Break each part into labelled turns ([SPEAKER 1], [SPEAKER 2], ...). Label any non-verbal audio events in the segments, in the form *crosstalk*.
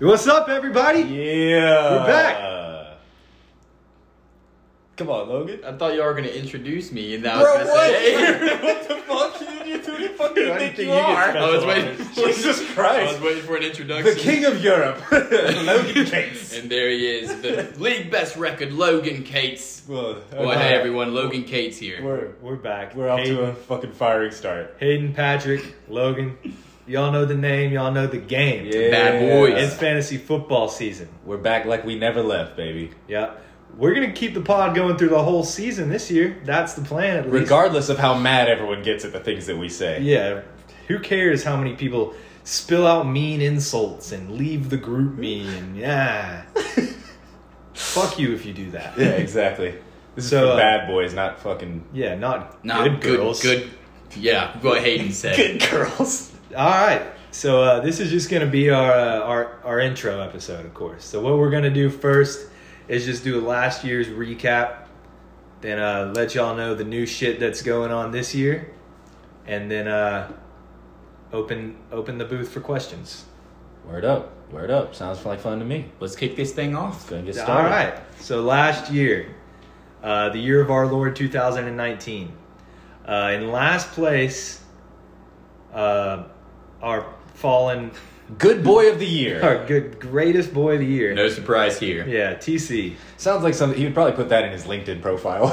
[SPEAKER 1] What's up, everybody?
[SPEAKER 2] Yeah.
[SPEAKER 1] We're back.
[SPEAKER 2] Come on, Logan.
[SPEAKER 3] I thought you were gonna introduce me, and now
[SPEAKER 2] Bro,
[SPEAKER 3] I was gonna
[SPEAKER 2] what?
[SPEAKER 3] *laughs* say,
[SPEAKER 2] what *laughs* the fuck? You, you, who the fuck do
[SPEAKER 1] I
[SPEAKER 2] you
[SPEAKER 1] didn't think
[SPEAKER 2] think you
[SPEAKER 1] you could
[SPEAKER 2] are?
[SPEAKER 1] special
[SPEAKER 3] I was waiting. For,
[SPEAKER 2] Jesus
[SPEAKER 3] I was
[SPEAKER 2] Christ.
[SPEAKER 3] waiting for an
[SPEAKER 2] The
[SPEAKER 3] introduction.
[SPEAKER 2] king of Europe. *laughs* Logan Cates.
[SPEAKER 3] and there he is, the league best record, Logan Cates.
[SPEAKER 2] Well,
[SPEAKER 3] Well,
[SPEAKER 2] okay.
[SPEAKER 3] hey everyone, Logan Cates here.
[SPEAKER 2] We're,
[SPEAKER 1] We're back.
[SPEAKER 2] we're off
[SPEAKER 1] Hayden,
[SPEAKER 2] to a fucking firing start.
[SPEAKER 1] Hayden, Patrick, Logan. Y'all know the name. Y'all know the game.
[SPEAKER 3] Bad
[SPEAKER 1] It's
[SPEAKER 3] boys.
[SPEAKER 1] fantasy football season.
[SPEAKER 2] We're back like we never left, baby.
[SPEAKER 1] Yeah. We're gonna keep the pod going through the whole season this year. That's the plan, at least.
[SPEAKER 2] Regardless of how mad everyone gets at the things that we say.
[SPEAKER 1] Yeah. Who cares how many people spill out mean insults and leave the group me and
[SPEAKER 2] *laughs*
[SPEAKER 1] yeah. Fuck you if you do that.
[SPEAKER 2] Yeah, exactly. This is
[SPEAKER 1] So,
[SPEAKER 2] for
[SPEAKER 1] uh,
[SPEAKER 2] bad boys, not fucking
[SPEAKER 1] Yeah, not,
[SPEAKER 3] Not
[SPEAKER 1] good,
[SPEAKER 3] good,
[SPEAKER 1] girls.
[SPEAKER 3] Good, yeah. What Hayden said.
[SPEAKER 2] girls.
[SPEAKER 1] All right. So uh, this is just going to be our, uh, our our intro episode, of course. So what we're going to do first is just do last year's recap, then uh, let y'all know the new shit that's going on this year, and then uh, open open the booth for questions.
[SPEAKER 2] Word up. Word up. Sounds like fun to me.
[SPEAKER 3] Let's kick this thing off.
[SPEAKER 2] Gonna get
[SPEAKER 1] All
[SPEAKER 2] started.
[SPEAKER 1] right. So last year, uh, the year of our Lord 2019, uh, in last place, uh, our fallen,
[SPEAKER 2] Good boy of the year.
[SPEAKER 1] our good greatest boy of the year.
[SPEAKER 3] No surprise here.
[SPEAKER 1] Yeah, TC.
[SPEAKER 2] Sounds like something he would probably put that in his LinkedIn profile.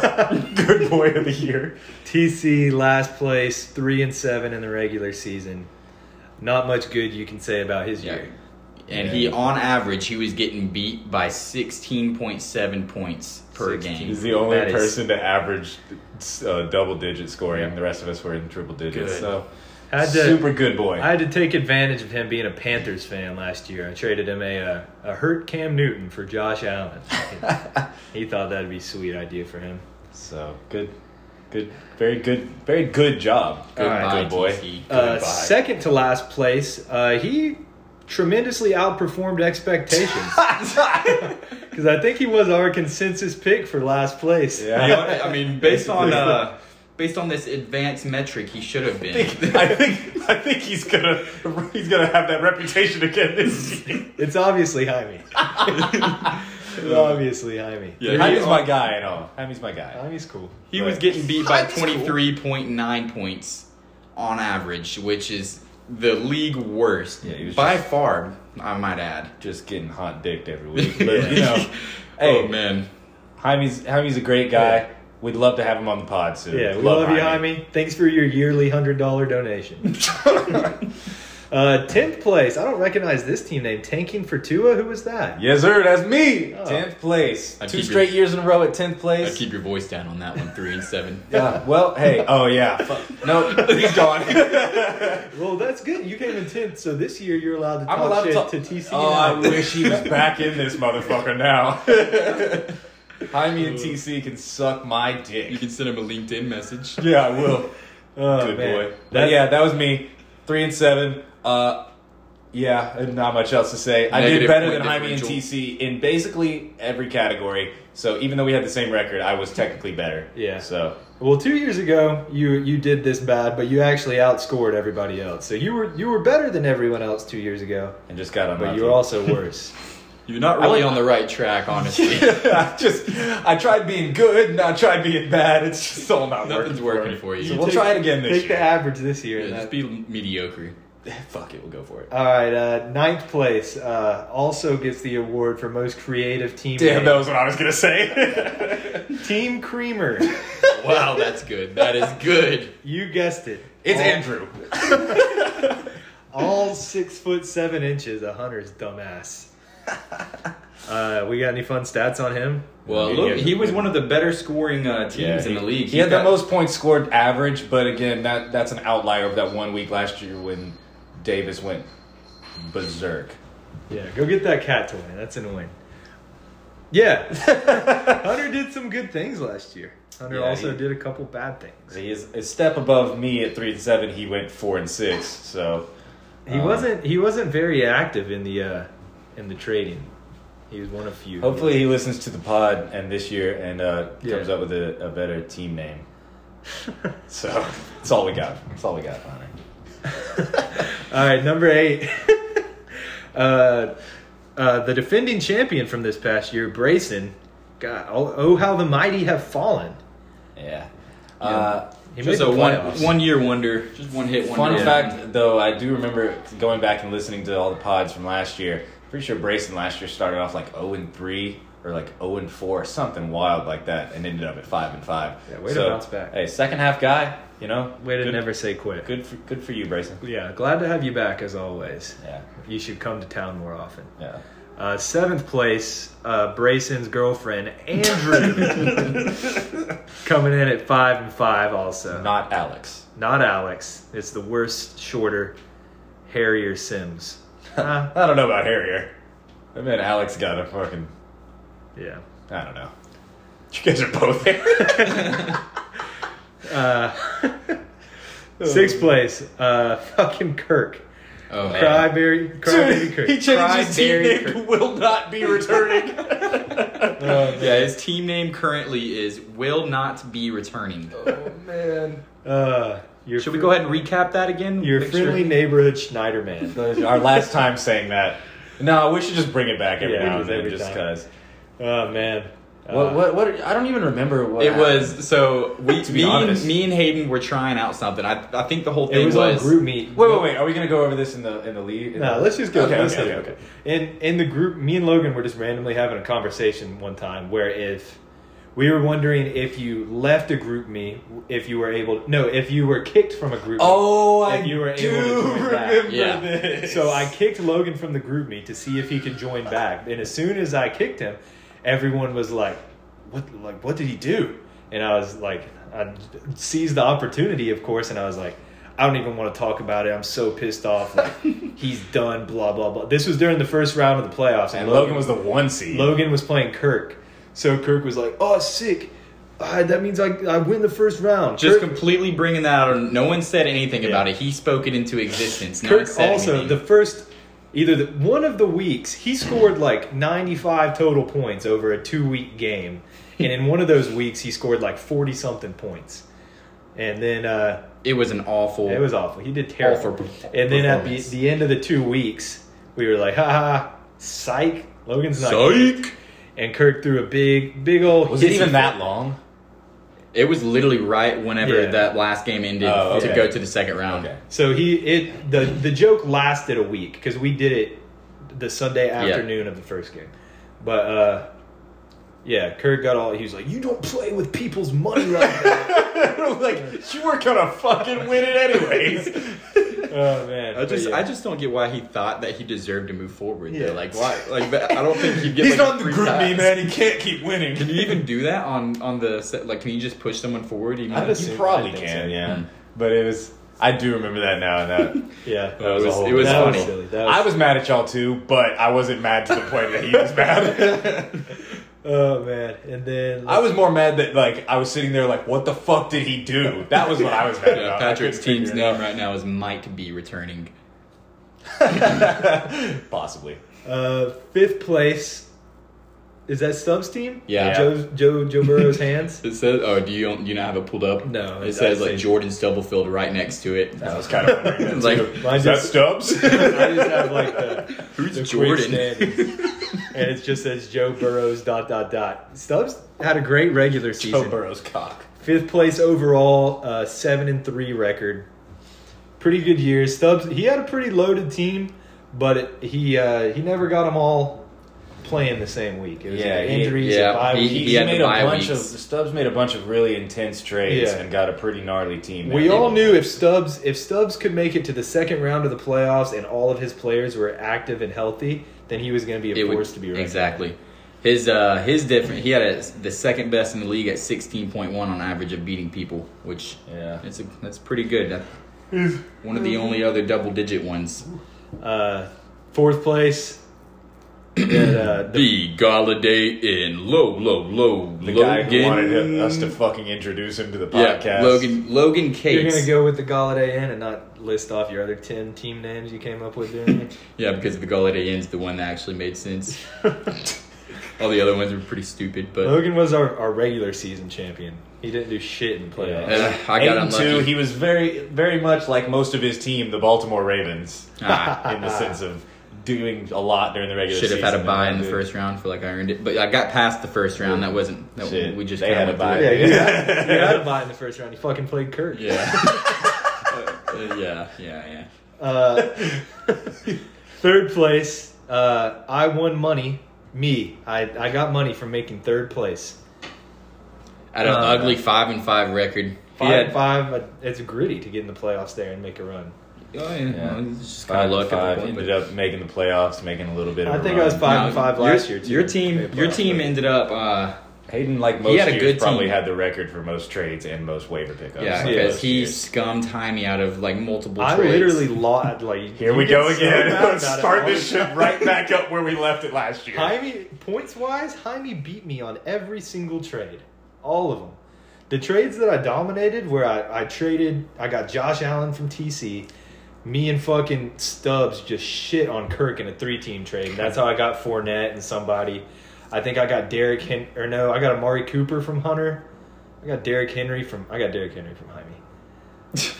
[SPEAKER 2] *laughs* Good boy of the year.
[SPEAKER 1] TC last place, three and seven in the regular season. Not much good you can say about his
[SPEAKER 3] Yeah.
[SPEAKER 1] year.
[SPEAKER 3] And he, on average, he was getting beat by 16.7 points per
[SPEAKER 1] 16.
[SPEAKER 3] game.
[SPEAKER 2] He's the only
[SPEAKER 1] That is-
[SPEAKER 2] person to average uh, double digit scoring. The rest of us were in triple digits.
[SPEAKER 3] Good.
[SPEAKER 2] So
[SPEAKER 1] I had to-
[SPEAKER 2] super good boy.
[SPEAKER 1] I had to take advantage of him being a Panthers fan last year. I traded him a uh, a hurt Cam Newton for Josh
[SPEAKER 2] *laughs*
[SPEAKER 1] Allen. he thought that'd be a sweet idea for him.
[SPEAKER 2] so good, good, very good, very good job. Good,
[SPEAKER 3] Goodbye,
[SPEAKER 2] good boy.
[SPEAKER 3] TC.
[SPEAKER 1] Uh,
[SPEAKER 2] Goodbye.
[SPEAKER 1] second to last place, uh, he tremendously outperformed
[SPEAKER 2] *laughs*
[SPEAKER 1] expectations *laughs* because I think he was our consensus pick for last place.
[SPEAKER 2] Yeah.
[SPEAKER 3] You know what? I mean, based on uh, based on this advanced metric, he should have
[SPEAKER 2] *laughs*
[SPEAKER 3] been.
[SPEAKER 2] *laughs* I think I think he's gonna he's gonna have that reputation
[SPEAKER 1] *laughs*
[SPEAKER 2] again this year.
[SPEAKER 1] It's obviously
[SPEAKER 2] *laughs*
[SPEAKER 1] Jaime. it's obviously Jaime.
[SPEAKER 3] Yeah, he-
[SPEAKER 2] Jaime's my guy and all. Jaime's my guy.
[SPEAKER 1] Jaime's cool.
[SPEAKER 3] He
[SPEAKER 2] Right.
[SPEAKER 3] was getting beat
[SPEAKER 2] *laughs*
[SPEAKER 3] by
[SPEAKER 2] That's cool.
[SPEAKER 3] 23.9 points on average, which is the league worst.
[SPEAKER 2] Yeah, he was
[SPEAKER 3] by
[SPEAKER 2] just-
[SPEAKER 3] far, I might add.
[SPEAKER 2] Just getting hot dicked every
[SPEAKER 1] *laughs*
[SPEAKER 2] week, but you know. *laughs* Hey,
[SPEAKER 3] oh, man.
[SPEAKER 2] Jaime's Jaime's a great guy. We'd love to have him on the pod soon.
[SPEAKER 1] Yeah, we love, you, Jaime. Thanks for your yearly hundred dollar
[SPEAKER 2] *laughs*
[SPEAKER 1] donation. uh, tenth place. I don't recognize this team name. Tanking for Tua. Who was that?
[SPEAKER 2] Yes, sir. That's me.
[SPEAKER 1] Oh.
[SPEAKER 2] Tenth place.
[SPEAKER 3] I
[SPEAKER 2] Two
[SPEAKER 3] keep
[SPEAKER 2] straight years in a row at tenth
[SPEAKER 3] I
[SPEAKER 2] place.
[SPEAKER 3] keep your voice down on that one, three and seven.
[SPEAKER 2] *laughs* yeah. Well, hey. Oh yeah. Fuck. No, he's
[SPEAKER 1] *laughs*
[SPEAKER 2] gone.
[SPEAKER 1] Well, that's good. You came in tenth, so this year you're allowed to talk
[SPEAKER 2] I'm allowed to
[SPEAKER 1] shit
[SPEAKER 2] talk
[SPEAKER 1] to TC.
[SPEAKER 2] Oh, I
[SPEAKER 1] now.
[SPEAKER 2] wish he was back in this
[SPEAKER 1] *laughs*
[SPEAKER 2] motherfucker now. Jaime and TC can suck my
[SPEAKER 3] *laughs* You
[SPEAKER 2] dick.
[SPEAKER 3] can send him a LinkedIn message.
[SPEAKER 2] Yeah, I will.
[SPEAKER 1] Oh,
[SPEAKER 2] Good
[SPEAKER 1] man.
[SPEAKER 2] boy. But
[SPEAKER 1] That's-
[SPEAKER 2] yeah, that was me. Three and seven. Uh, yeah, not much else to say. I did
[SPEAKER 3] Negative
[SPEAKER 2] better
[SPEAKER 3] point
[SPEAKER 2] than Jaime and
[SPEAKER 3] differential.
[SPEAKER 2] TC in basically every category. So even though we had the same record, I was technically better.
[SPEAKER 1] Yeah.
[SPEAKER 2] So
[SPEAKER 1] Well, two years ago you you did this bad, but you actually outscored everybody else. So you were you were better than everyone else two years ago,
[SPEAKER 2] and just got on.
[SPEAKER 1] but you were also worse.
[SPEAKER 3] You're not really
[SPEAKER 2] I-
[SPEAKER 3] on the right
[SPEAKER 2] *laughs*
[SPEAKER 3] track, honestly.
[SPEAKER 2] *laughs* I just I tried being good, and I tried being bad. It's just all not
[SPEAKER 3] Nothing's working
[SPEAKER 2] working
[SPEAKER 3] for
[SPEAKER 2] So
[SPEAKER 3] you.
[SPEAKER 2] we'll try it again this
[SPEAKER 1] Take
[SPEAKER 2] year.
[SPEAKER 1] the average this year.
[SPEAKER 3] Yeah,
[SPEAKER 1] and
[SPEAKER 3] just
[SPEAKER 1] that-
[SPEAKER 3] be
[SPEAKER 2] *laughs*
[SPEAKER 3] mediocre.
[SPEAKER 2] Fuck it, we'll go for it.
[SPEAKER 1] All right, uh, ninth place uh, also gets the award for most creative team.
[SPEAKER 2] Damn,
[SPEAKER 1] name.
[SPEAKER 2] that was what I was gonna say. *laughs*
[SPEAKER 1] Team Creamer.
[SPEAKER 3] Wow, that's good. That is good.
[SPEAKER 1] you guessed it.
[SPEAKER 2] it's
[SPEAKER 1] all,
[SPEAKER 2] Andrew.
[SPEAKER 1] All six foot seven inches. A hunter's
[SPEAKER 2] *laughs*
[SPEAKER 1] dumbass. Uh, we got any fun stats on him?
[SPEAKER 3] Well,
[SPEAKER 2] Yeah.
[SPEAKER 3] look, he was one of the better scoring uh, teams in the
[SPEAKER 2] he-
[SPEAKER 3] league.
[SPEAKER 2] He, had
[SPEAKER 3] got-
[SPEAKER 2] the most points scored average, but again, that that's an outlier of that one week last year when Davis went berserk.
[SPEAKER 1] Yeah, go get that cat toy. That's annoying. Yeah, *laughs* Hunter did some good things last year. Hunter
[SPEAKER 2] Yeah,
[SPEAKER 1] also
[SPEAKER 2] he-
[SPEAKER 1] did a couple bad things.
[SPEAKER 2] He is a step above me at three and seven. He went four and six. So
[SPEAKER 1] He
[SPEAKER 2] Uh,
[SPEAKER 1] wasn't. He wasn't very active in the uh, in the trading. He was one of few.
[SPEAKER 2] Hopefully, he listens to the pod and this year and uh, comes
[SPEAKER 1] Yeah.
[SPEAKER 2] up with a, a better team name. So that's all we got. That's all we got, Hunter.
[SPEAKER 1] All right, number eight. *laughs* uh, uh, the defending champion from this past year, Brayson. God, oh, oh how the mighty have fallen.
[SPEAKER 2] Yeah. Uh,
[SPEAKER 1] He made
[SPEAKER 3] Just a
[SPEAKER 1] the
[SPEAKER 3] one
[SPEAKER 1] playoffs.
[SPEAKER 3] one year wonder. Just one hit wonder.
[SPEAKER 2] Fun
[SPEAKER 3] Yeah.
[SPEAKER 2] fact, though, I do remember going back and listening to all the pods from last year. Pretty sure Brayson last year started off like zero and three or like zero and four, something wild like that, and ended up at five and five.
[SPEAKER 1] Yeah, way to bounce back.
[SPEAKER 2] Hey, second half guy, you know,
[SPEAKER 1] Way to
[SPEAKER 2] good,
[SPEAKER 1] never say quit.
[SPEAKER 2] Good for good for you, Brayson.
[SPEAKER 1] Yeah, glad to have you back as always.
[SPEAKER 2] Yeah,
[SPEAKER 1] You should come to town more often.
[SPEAKER 2] yeah.
[SPEAKER 1] Uh, seventh place, uh, Brayson's girlfriend Andrew
[SPEAKER 2] *laughs*
[SPEAKER 1] coming in at five and five. Also, not,
[SPEAKER 2] Not Alex.
[SPEAKER 1] Alex. It's the worst, shorter, hairier
[SPEAKER 2] *laughs*
[SPEAKER 1] Sims. Huh?
[SPEAKER 2] I don't know about Harrier. I mean, Alex got a fucking.
[SPEAKER 1] yeah.
[SPEAKER 2] I don't know. You guys are both there. *laughs* Oh.
[SPEAKER 1] Sixth place, uh, *laughs* fucking Kirk.
[SPEAKER 3] Oh, man.
[SPEAKER 1] Cryberry, crybaby Kirk.
[SPEAKER 2] *laughs* he changed his team
[SPEAKER 3] Cryberry
[SPEAKER 2] name
[SPEAKER 3] Kirk.
[SPEAKER 2] to *laughs* Will Not
[SPEAKER 1] *laughs*
[SPEAKER 2] Be Returning.
[SPEAKER 1] Oh,
[SPEAKER 3] yeah, his team name currently is Will Not Be Returning.
[SPEAKER 2] oh, man.
[SPEAKER 1] Uh, your
[SPEAKER 3] Should we
[SPEAKER 1] fr-
[SPEAKER 3] go ahead and recap that again?
[SPEAKER 1] Your
[SPEAKER 3] Make sure-
[SPEAKER 1] friendly neighborhood Schneiderman.
[SPEAKER 2] Our last time saying that. No, we should just bring it back every
[SPEAKER 1] Yeah,
[SPEAKER 2] now and then
[SPEAKER 1] every
[SPEAKER 2] just
[SPEAKER 1] time.
[SPEAKER 2] because.
[SPEAKER 1] Oh man. Uh,
[SPEAKER 2] what, what, what? I don't even remember what.
[SPEAKER 3] It was so
[SPEAKER 1] *laughs*
[SPEAKER 3] we
[SPEAKER 2] To be
[SPEAKER 3] me and,
[SPEAKER 2] honest.
[SPEAKER 3] me and Hayden were trying out something. I I think the whole
[SPEAKER 1] It
[SPEAKER 3] thing
[SPEAKER 1] was,
[SPEAKER 3] was,
[SPEAKER 1] on group meet.
[SPEAKER 2] Wait, wait, wait. Are we going to go over this in the in the lead? in
[SPEAKER 1] No,
[SPEAKER 2] the-
[SPEAKER 1] let's just go.
[SPEAKER 2] Okay,
[SPEAKER 1] let's
[SPEAKER 2] okay,
[SPEAKER 1] leave
[SPEAKER 2] okay,
[SPEAKER 1] it. In in the group, me and Logan were just randomly having a conversation one time where if we were wondering if you left a group meet, if you were able, no, if you were kicked from a group.
[SPEAKER 2] Oh,
[SPEAKER 1] meet,
[SPEAKER 2] I
[SPEAKER 1] if you were
[SPEAKER 2] do
[SPEAKER 1] able to join back.
[SPEAKER 2] remember
[SPEAKER 3] Yeah.
[SPEAKER 2] this.
[SPEAKER 1] So I kicked Logan from the group meet to see if he could join back. And as soon as I kicked him, everyone was like, "What? Like, what did he do?" And I was like, I seized the opportunity, of course, and I was like, "I don't even want to talk about it. I'm so pissed off. Like, *laughs* he's done. Blah blah blah." This was during the first round of the playoffs,
[SPEAKER 2] And Logan was the one seed.
[SPEAKER 1] Logan was playing Kirk, so Kirk was like, "Oh, sick." Ah, that means I, I win the first round.
[SPEAKER 3] just
[SPEAKER 1] Kirk-
[SPEAKER 3] completely bringing that out. No one said anything
[SPEAKER 1] Yeah.
[SPEAKER 3] about it. He spoke it into existence. No one
[SPEAKER 1] Kirk
[SPEAKER 3] said
[SPEAKER 1] also
[SPEAKER 3] anything.
[SPEAKER 1] the first either the, one of the weeks he scored like 95 total points over a two week game, and in one of those weeks he scored like 40 something points, and then uh,
[SPEAKER 3] it was an awful.
[SPEAKER 1] it was awful. He did terrible.
[SPEAKER 3] Awful
[SPEAKER 1] and then at the,
[SPEAKER 3] performance.
[SPEAKER 1] the end of the two weeks, we were like, "Ha ha, psych." Logan's not. good."
[SPEAKER 3] Psych.
[SPEAKER 1] And Kirk threw a big, big old.
[SPEAKER 2] Was it
[SPEAKER 1] hissy
[SPEAKER 2] even
[SPEAKER 1] fit.
[SPEAKER 2] that long?
[SPEAKER 3] It was literally right whenever
[SPEAKER 1] Yeah.
[SPEAKER 3] that last game ended
[SPEAKER 2] Oh, okay.
[SPEAKER 3] to go to the second round.
[SPEAKER 2] Okay.
[SPEAKER 1] So he it the the joke lasted a week because we did it the Sunday afternoon of the first game, but uh, yeah, Kirk got all he was like, "You don't play with people's money like that." *laughs*
[SPEAKER 2] *laughs* like you weren't gonna fucking win it *laughs* anyways.
[SPEAKER 1] oh man,
[SPEAKER 3] I just,
[SPEAKER 1] But, yeah.
[SPEAKER 3] I just don't get why he thought that he deserved to move forward.
[SPEAKER 1] Yeah.
[SPEAKER 3] Though. Like why? Like but I don't think he'd get. like, a free pass.
[SPEAKER 2] He can't keep winning.
[SPEAKER 3] Can you even do that on on the set? Like, can you just push someone forward? Even
[SPEAKER 1] I
[SPEAKER 3] though-
[SPEAKER 1] just-
[SPEAKER 2] you
[SPEAKER 1] assume-
[SPEAKER 2] probably
[SPEAKER 1] I think
[SPEAKER 2] can,
[SPEAKER 1] so.
[SPEAKER 2] yeah.
[SPEAKER 3] Mm.
[SPEAKER 2] But it was. I do remember that now. And
[SPEAKER 1] yeah,
[SPEAKER 2] that was
[SPEAKER 3] was-
[SPEAKER 2] a whole-
[SPEAKER 3] it was
[SPEAKER 1] that
[SPEAKER 3] funny.
[SPEAKER 1] was silly.
[SPEAKER 2] that
[SPEAKER 1] That was,
[SPEAKER 2] I was mad at y'all too, but I wasn't mad to the point that he
[SPEAKER 3] *laughs*
[SPEAKER 2] was mad.
[SPEAKER 1] oh man, and then
[SPEAKER 2] I was more mad that like I was sitting there like, what the fuck did he do? That was what I was mad
[SPEAKER 3] Yeah,
[SPEAKER 2] about. I
[SPEAKER 3] Patrick's
[SPEAKER 2] couldn't
[SPEAKER 3] team's
[SPEAKER 2] figure it
[SPEAKER 3] name right now is might be returning.
[SPEAKER 2] out. Possibly.
[SPEAKER 1] uh, fifth place. Is that Stubbs team?
[SPEAKER 3] Yeah.
[SPEAKER 1] Joe Joe Joe
[SPEAKER 2] *laughs*
[SPEAKER 1] Burrow's hands.
[SPEAKER 3] It says, "Oh, do you don't, you not have it pulled up?"
[SPEAKER 1] No,
[SPEAKER 3] It says
[SPEAKER 1] I'd
[SPEAKER 3] like
[SPEAKER 1] say-
[SPEAKER 3] Jordan Stubblefield right next
[SPEAKER 1] *laughs*
[SPEAKER 3] to it.
[SPEAKER 2] I was kind of wondering that
[SPEAKER 3] *laughs* Like-
[SPEAKER 2] too.
[SPEAKER 1] Mine
[SPEAKER 2] Is that
[SPEAKER 1] just-
[SPEAKER 2] Stubbs? *laughs*
[SPEAKER 3] *laughs*
[SPEAKER 1] I just have like the
[SPEAKER 3] Who's
[SPEAKER 1] the quick
[SPEAKER 3] Jordan? *laughs*
[SPEAKER 1] standings. and it just says Joe Burrows dot dot dot. Stubbs had a great regular season.
[SPEAKER 2] Joe Burrow's cock.
[SPEAKER 1] Fifth place overall, uh, seven and three record. Pretty good year. Stubbs he had a pretty loaded team, but it, he uh, he never got them all playing the same week. It was
[SPEAKER 2] Yeah,
[SPEAKER 1] like
[SPEAKER 2] he-
[SPEAKER 1] injuries.
[SPEAKER 3] yeah,
[SPEAKER 1] and bye
[SPEAKER 3] he-
[SPEAKER 1] weeks.
[SPEAKER 2] he,
[SPEAKER 3] had
[SPEAKER 2] made
[SPEAKER 3] the
[SPEAKER 2] a
[SPEAKER 3] bye
[SPEAKER 2] bunch
[SPEAKER 3] weeks.
[SPEAKER 2] of Stubbs made a bunch of really intense trades
[SPEAKER 1] Yeah.
[SPEAKER 2] and got a pretty gnarly team.
[SPEAKER 1] we
[SPEAKER 2] there.
[SPEAKER 1] all knew if Stubbs if Stubbs could make it to the second round of the playoffs and all of his players were active and healthy, then he was going to be
[SPEAKER 3] It
[SPEAKER 1] a
[SPEAKER 3] would-
[SPEAKER 1] force to be reckoned with.
[SPEAKER 3] exactly. His uh his different. He had a, the second best in the league at sixteen point one on average of beating people, which
[SPEAKER 2] Yeah.
[SPEAKER 3] it's a, that's pretty good. That- One of the only other double digit ones.
[SPEAKER 1] Uh, fourth place. *clears throat* That, uh, the-
[SPEAKER 3] The Galladay in low, low, low.
[SPEAKER 2] The
[SPEAKER 3] Logan,
[SPEAKER 2] guy who wanted us to fucking introduce him to the podcast.
[SPEAKER 3] yeah, Logan Logan Cates.
[SPEAKER 1] you're gonna go with the Galladay Inn and not list off your other ten
[SPEAKER 3] *laughs*
[SPEAKER 1] team names you came up with during it. *laughs*
[SPEAKER 3] Yeah, because the Galladay Inn's the one that actually made sense. All the other ones were pretty stupid, *laughs* but
[SPEAKER 1] Logan was our, our regular season champion. He didn't do shit in playoffs.
[SPEAKER 3] Yeah. Uh, I
[SPEAKER 2] Eight
[SPEAKER 3] got
[SPEAKER 2] and two.
[SPEAKER 3] unlucky.
[SPEAKER 2] He was very, very much like most of his team, the Baltimore Ravens,
[SPEAKER 3] ah,
[SPEAKER 2] in the sense of doing a lot during the regular
[SPEAKER 3] should have
[SPEAKER 2] season.
[SPEAKER 3] had a
[SPEAKER 2] and
[SPEAKER 3] bye
[SPEAKER 2] not
[SPEAKER 3] in the
[SPEAKER 2] did.
[SPEAKER 3] first round. Feel like I earned it, but I got past the first round. That wasn't that
[SPEAKER 2] Shit,
[SPEAKER 3] we just
[SPEAKER 2] they
[SPEAKER 3] kinda
[SPEAKER 2] had a
[SPEAKER 3] went
[SPEAKER 2] bye.
[SPEAKER 3] through
[SPEAKER 1] Yeah,
[SPEAKER 3] it.
[SPEAKER 1] you had, you had a bye in the first round. He fucking played Kirk. *laughs*
[SPEAKER 3] Yeah, Uh, yeah, yeah, yeah.
[SPEAKER 1] Uh, third place, uh, I won money. Me, I, I got money from making third place.
[SPEAKER 3] At an
[SPEAKER 1] Uh,
[SPEAKER 3] ugly five and five record.
[SPEAKER 1] Five
[SPEAKER 3] yeah.
[SPEAKER 1] and five, uh, it's gritty to get in the playoffs there and make a run.
[SPEAKER 3] Oh, yeah.
[SPEAKER 2] Yeah.
[SPEAKER 3] Well, it's just
[SPEAKER 2] Five
[SPEAKER 3] kind
[SPEAKER 2] and
[SPEAKER 3] of luck at
[SPEAKER 2] five
[SPEAKER 3] the point.
[SPEAKER 2] ended
[SPEAKER 3] but-
[SPEAKER 2] up making the playoffs, making a little bit. Of
[SPEAKER 1] I
[SPEAKER 2] a
[SPEAKER 1] think
[SPEAKER 2] run.
[SPEAKER 1] I was five and
[SPEAKER 3] No,
[SPEAKER 1] five
[SPEAKER 3] your-
[SPEAKER 1] last year. Too.
[SPEAKER 3] Your
[SPEAKER 1] Made
[SPEAKER 3] team,
[SPEAKER 1] the
[SPEAKER 3] your
[SPEAKER 1] playoffs,
[SPEAKER 3] team
[SPEAKER 1] but-
[SPEAKER 3] ended up. Uh,
[SPEAKER 2] Hayden, like most
[SPEAKER 3] had a
[SPEAKER 2] years,
[SPEAKER 3] good
[SPEAKER 2] probably
[SPEAKER 3] team.
[SPEAKER 2] had the record for most trades and most waiver pickups.
[SPEAKER 3] yeah,
[SPEAKER 2] of
[SPEAKER 3] because
[SPEAKER 2] most
[SPEAKER 3] he
[SPEAKER 2] years.
[SPEAKER 3] scummed Jaime out of like multiple.
[SPEAKER 1] I
[SPEAKER 3] trades.
[SPEAKER 1] literally *laughs* lost. Like
[SPEAKER 2] Here we go again. Let's *laughs* start this ship right back up where we left it last year.
[SPEAKER 1] Jaime points wise, Jaime beat me on every single trade, all of them. The trades that I dominated, where I, I traded, I got Josh Allen from TC. Me and fucking Stubbs just shit on Kirk in a three-team trade. That's how I got Fournette and somebody. I think I got Derek Hen- or no, I got Amari Cooper from Hunter. I got Derek Henry from I got Derek Henry from Jaime.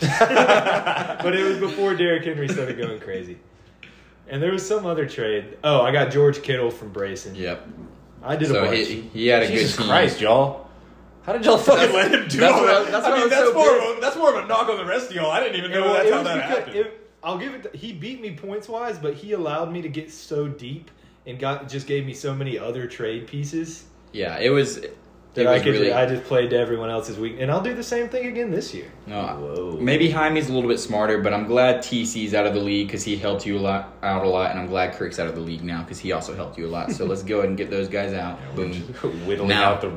[SPEAKER 1] *laughs* but it was before Derrick Henry started going crazy. And there was some other trade. Oh, I got George Kittle from Brayson.
[SPEAKER 3] *laughs* Yep.
[SPEAKER 1] I did a
[SPEAKER 3] So
[SPEAKER 1] bunch.
[SPEAKER 3] he, he had a
[SPEAKER 2] Jesus
[SPEAKER 3] good team.
[SPEAKER 2] Christ, y'all. How did y'all fucking
[SPEAKER 3] That's-
[SPEAKER 2] let him do
[SPEAKER 3] that's
[SPEAKER 2] all
[SPEAKER 3] what I-
[SPEAKER 2] that?
[SPEAKER 3] that's
[SPEAKER 2] I
[SPEAKER 3] what I
[SPEAKER 2] mean,
[SPEAKER 3] was
[SPEAKER 2] that's
[SPEAKER 3] so
[SPEAKER 2] more, of a, that's more of a knock on the rest of y'all. I didn't even know
[SPEAKER 1] Well,
[SPEAKER 2] that's
[SPEAKER 1] it
[SPEAKER 2] how
[SPEAKER 1] was
[SPEAKER 2] that
[SPEAKER 1] because-
[SPEAKER 2] happened.
[SPEAKER 1] it- I'll give it. To, he beat me points wise, but he allowed me to get so deep and got just gave me so many other trade pieces
[SPEAKER 3] Yeah, it was. It
[SPEAKER 1] that I
[SPEAKER 3] was
[SPEAKER 1] could.
[SPEAKER 3] really.
[SPEAKER 1] I just played to everyone else's week, and I'll do the same thing again this year.
[SPEAKER 3] no,
[SPEAKER 2] Whoa.
[SPEAKER 3] maybe Jaime's a little bit smarter, but I'm glad TC's out of the league because he helped you a lot out a lot, and I'm glad Kirk's out of the league now because he also helped you a lot. So let's go ahead and get those guys out. Boom.
[SPEAKER 2] Whittling
[SPEAKER 3] Now-
[SPEAKER 2] out the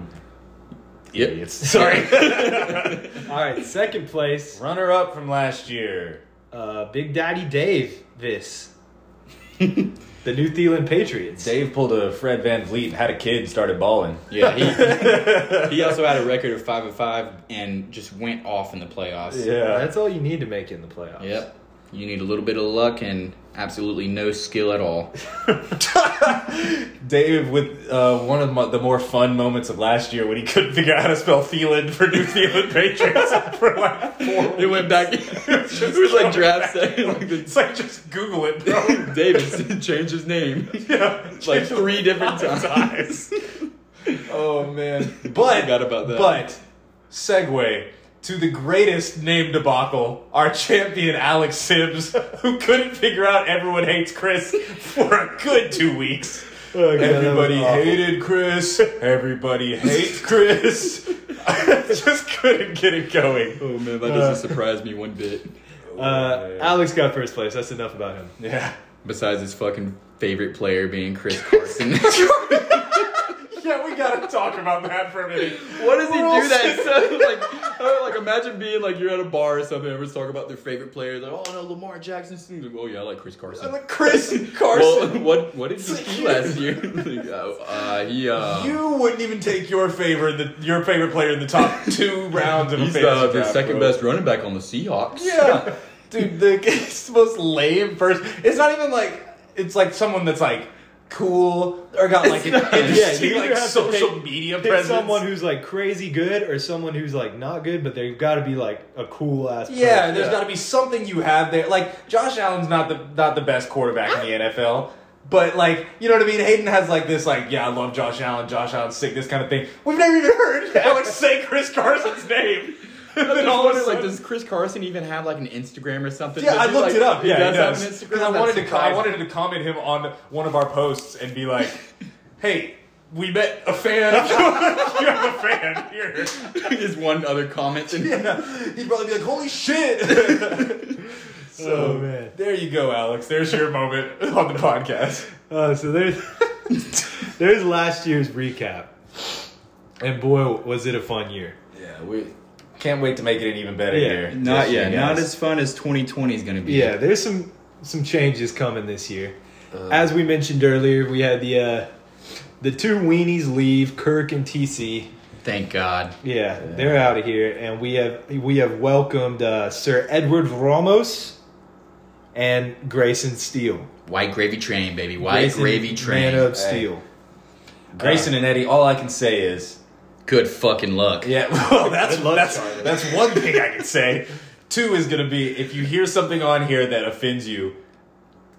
[SPEAKER 3] Yep.
[SPEAKER 2] idiots. *laughs* Sorry.
[SPEAKER 1] *laughs* All right, second place,
[SPEAKER 2] Runner up from last year.
[SPEAKER 1] uh, Big Daddy Dave.
[SPEAKER 3] *laughs*
[SPEAKER 1] This, the New Zealand Patriots.
[SPEAKER 2] Dave pulled a Fred Van Vliet and had a kid, started balling.
[SPEAKER 3] Yeah, he, *laughs* he also had a record of five and five, and just went off in the playoffs.
[SPEAKER 1] that's all you need to make it in the playoffs.
[SPEAKER 3] Yep. You need a little bit of luck and absolutely no skill at all.
[SPEAKER 2] *laughs* Dave with uh, one of my, the more fun moments of last year when he couldn't figure out how to spell Thielen for New Zealand Patriots *laughs* for like four
[SPEAKER 3] *laughs* It went back. it was like draft second. *laughs* Like *laughs*
[SPEAKER 2] It's like just Google it, bro. *laughs*
[SPEAKER 3] Davis changed his *laughs* name
[SPEAKER 2] yeah,
[SPEAKER 3] like three *laughs* different times.
[SPEAKER 2] Oh man! *laughs* But
[SPEAKER 3] forgot about that.
[SPEAKER 2] But segue to the greatest name debacle: our champion Alex Sims, *laughs* who couldn't figure out everyone hates Chris *laughs* for a good two weeks.
[SPEAKER 1] Oh, God, that was
[SPEAKER 2] Everybody
[SPEAKER 1] awful.
[SPEAKER 2] hated Chris. Everybody hates Chris. *laughs* I just couldn't get it going.
[SPEAKER 3] Oh man, that *laughs* doesn't surprise me one bit.
[SPEAKER 1] Uh, Alex got first place. That's enough about him.
[SPEAKER 2] yeah.
[SPEAKER 3] Besides his fucking favorite player being *laughs* Chris Carson.
[SPEAKER 2] Yeah, we gotta talk about that for a minute.
[SPEAKER 3] What does he
[SPEAKER 2] We're all
[SPEAKER 3] do that? So, like, oh, like imagine being like you're at a bar or something. Everyone's talking about their favorite players. Like, oh no, Lamar Jackson. Like, oh yeah, I like Chris Carson.
[SPEAKER 2] Like, Chris Carson.
[SPEAKER 3] Well, *laughs* what what did he *laughs* do last year? Like, oh, uh, he uh,
[SPEAKER 2] You wouldn't even take your favorite, the, your favorite player in the
[SPEAKER 3] *laughs*
[SPEAKER 2] top two rounds of
[SPEAKER 3] he's
[SPEAKER 2] a
[SPEAKER 3] uh,
[SPEAKER 2] fantasy
[SPEAKER 3] the
[SPEAKER 2] draft,
[SPEAKER 3] second
[SPEAKER 2] bro.
[SPEAKER 3] best running back on the *laughs* Seahawks.
[SPEAKER 2] *laughs* Yeah, dude, the it's the most lame first. It's not even like it's like someone that's like cool or got like an
[SPEAKER 3] not.
[SPEAKER 2] interesting
[SPEAKER 1] Yeah, you
[SPEAKER 2] like
[SPEAKER 1] have to
[SPEAKER 2] social
[SPEAKER 1] pick- *laughs*
[SPEAKER 2] media
[SPEAKER 1] Pick
[SPEAKER 2] presence.
[SPEAKER 1] someone who's like crazy good or someone who's like not good, but they've got to be like a cool ass.
[SPEAKER 2] yeah,
[SPEAKER 1] person.
[SPEAKER 2] there's got to be something you have there. Like Josh Allen's not the not the best quarterback in the NFL. But like, you know what I mean? Hayden has like this, like, yeah, I love Josh Allen. Josh Allen's sick. This kind of thing. We've never even
[SPEAKER 3] *laughs*
[SPEAKER 2] heard Alex say Chris Carson's name. And
[SPEAKER 3] I
[SPEAKER 2] then
[SPEAKER 3] just
[SPEAKER 2] all of a
[SPEAKER 3] wondered, like,
[SPEAKER 2] sudden-
[SPEAKER 3] does Chris Carson even have like an Instagram or
[SPEAKER 2] *laughs*
[SPEAKER 3] something?
[SPEAKER 2] Yeah,
[SPEAKER 3] Does
[SPEAKER 2] I
[SPEAKER 3] he,
[SPEAKER 2] looked
[SPEAKER 3] like-
[SPEAKER 2] it up.
[SPEAKER 3] he
[SPEAKER 2] Yeah,
[SPEAKER 3] does
[SPEAKER 2] he
[SPEAKER 3] have
[SPEAKER 2] does.
[SPEAKER 3] an Instagram.
[SPEAKER 2] 'Cause I
[SPEAKER 3] That's
[SPEAKER 2] wanted to, co- I
[SPEAKER 3] surprising.
[SPEAKER 2] wanted to comment him on one of our posts and be
[SPEAKER 3] *laughs*
[SPEAKER 2] like, "Hey, we met a fan. *laughs* you have a fan here."
[SPEAKER 3] *laughs* Is one
[SPEAKER 2] *laughs*
[SPEAKER 3] other comment. And
[SPEAKER 2] He'd probably be like, "Holy shit!" *laughs*
[SPEAKER 1] Oh,
[SPEAKER 2] so
[SPEAKER 1] man.
[SPEAKER 2] there you go, Alex. There's your moment *laughs* on the podcast.
[SPEAKER 1] Uh, so there's *laughs* there's last year's recap, and boy, was it a fun year.
[SPEAKER 2] Yeah, we can't wait to make it an even better
[SPEAKER 1] Yeah,
[SPEAKER 2] year.
[SPEAKER 3] Not
[SPEAKER 2] This year,
[SPEAKER 3] yet. Not
[SPEAKER 2] guys.
[SPEAKER 3] as fun as 2020 is going to be.
[SPEAKER 1] Yeah, there's some some changes coming this year. As we mentioned earlier, we had the uh, the two weenies leave Kirk and TC.
[SPEAKER 3] Thank God.
[SPEAKER 1] Yeah, they're out of here, and we have we have welcomed uh, Sir Edward Ramos and Grayson Steele.
[SPEAKER 3] White gravy train, baby. White
[SPEAKER 1] Grayson,
[SPEAKER 3] gravy train.
[SPEAKER 1] man of
[SPEAKER 2] Hey.
[SPEAKER 1] steel.
[SPEAKER 2] Grayson and Eddie, all I can say is
[SPEAKER 3] Good fucking luck.
[SPEAKER 2] yeah, *laughs* well, that's
[SPEAKER 1] Good luck,
[SPEAKER 2] that's
[SPEAKER 1] Charlie.
[SPEAKER 2] that's one thing I can say. Two is gonna be if you hear something on here that offends you.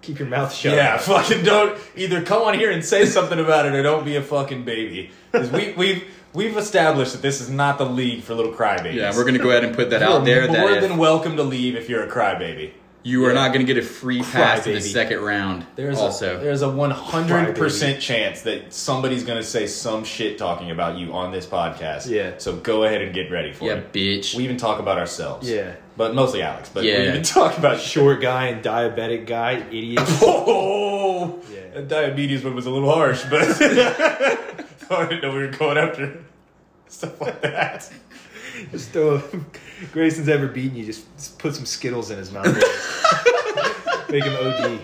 [SPEAKER 1] Keep your mouth shut.
[SPEAKER 2] Yeah, *laughs* fucking don't either come on here and say something about it or don't be a fucking baby. 'Cause we we've we've established that this is not the league for little crybabies.
[SPEAKER 3] Yeah, we're gonna go ahead and put that
[SPEAKER 2] You're
[SPEAKER 3] out there.
[SPEAKER 2] more
[SPEAKER 3] That
[SPEAKER 2] than
[SPEAKER 3] if
[SPEAKER 2] welcome to leave if you're a crybaby.
[SPEAKER 3] you are not gonna get a free pass to the
[SPEAKER 1] Crybaby.
[SPEAKER 3] second round.
[SPEAKER 2] There's
[SPEAKER 3] also
[SPEAKER 2] a, there's a 100% chance that somebody's going to say some shit talking about you on this podcast.
[SPEAKER 1] Yeah.
[SPEAKER 2] So go ahead and get ready for
[SPEAKER 3] yeah,
[SPEAKER 2] it.
[SPEAKER 3] bitch.
[SPEAKER 2] We even talk about ourselves.
[SPEAKER 1] Yeah.
[SPEAKER 2] But mostly Alex. But we
[SPEAKER 3] Yeah.
[SPEAKER 2] even talk about
[SPEAKER 3] *laughs*
[SPEAKER 2] shit.
[SPEAKER 1] Short guy and diabetic guy, *laughs* idiot.
[SPEAKER 2] Oh,
[SPEAKER 1] Yeah.
[SPEAKER 2] that diabetes one was a little harsh, but *laughs* I didn't know we were going after stuff like that.
[SPEAKER 1] just throw. Grayson's ever beaten you. Just, just put some Skittles in his *laughs* mouth. Make him OD.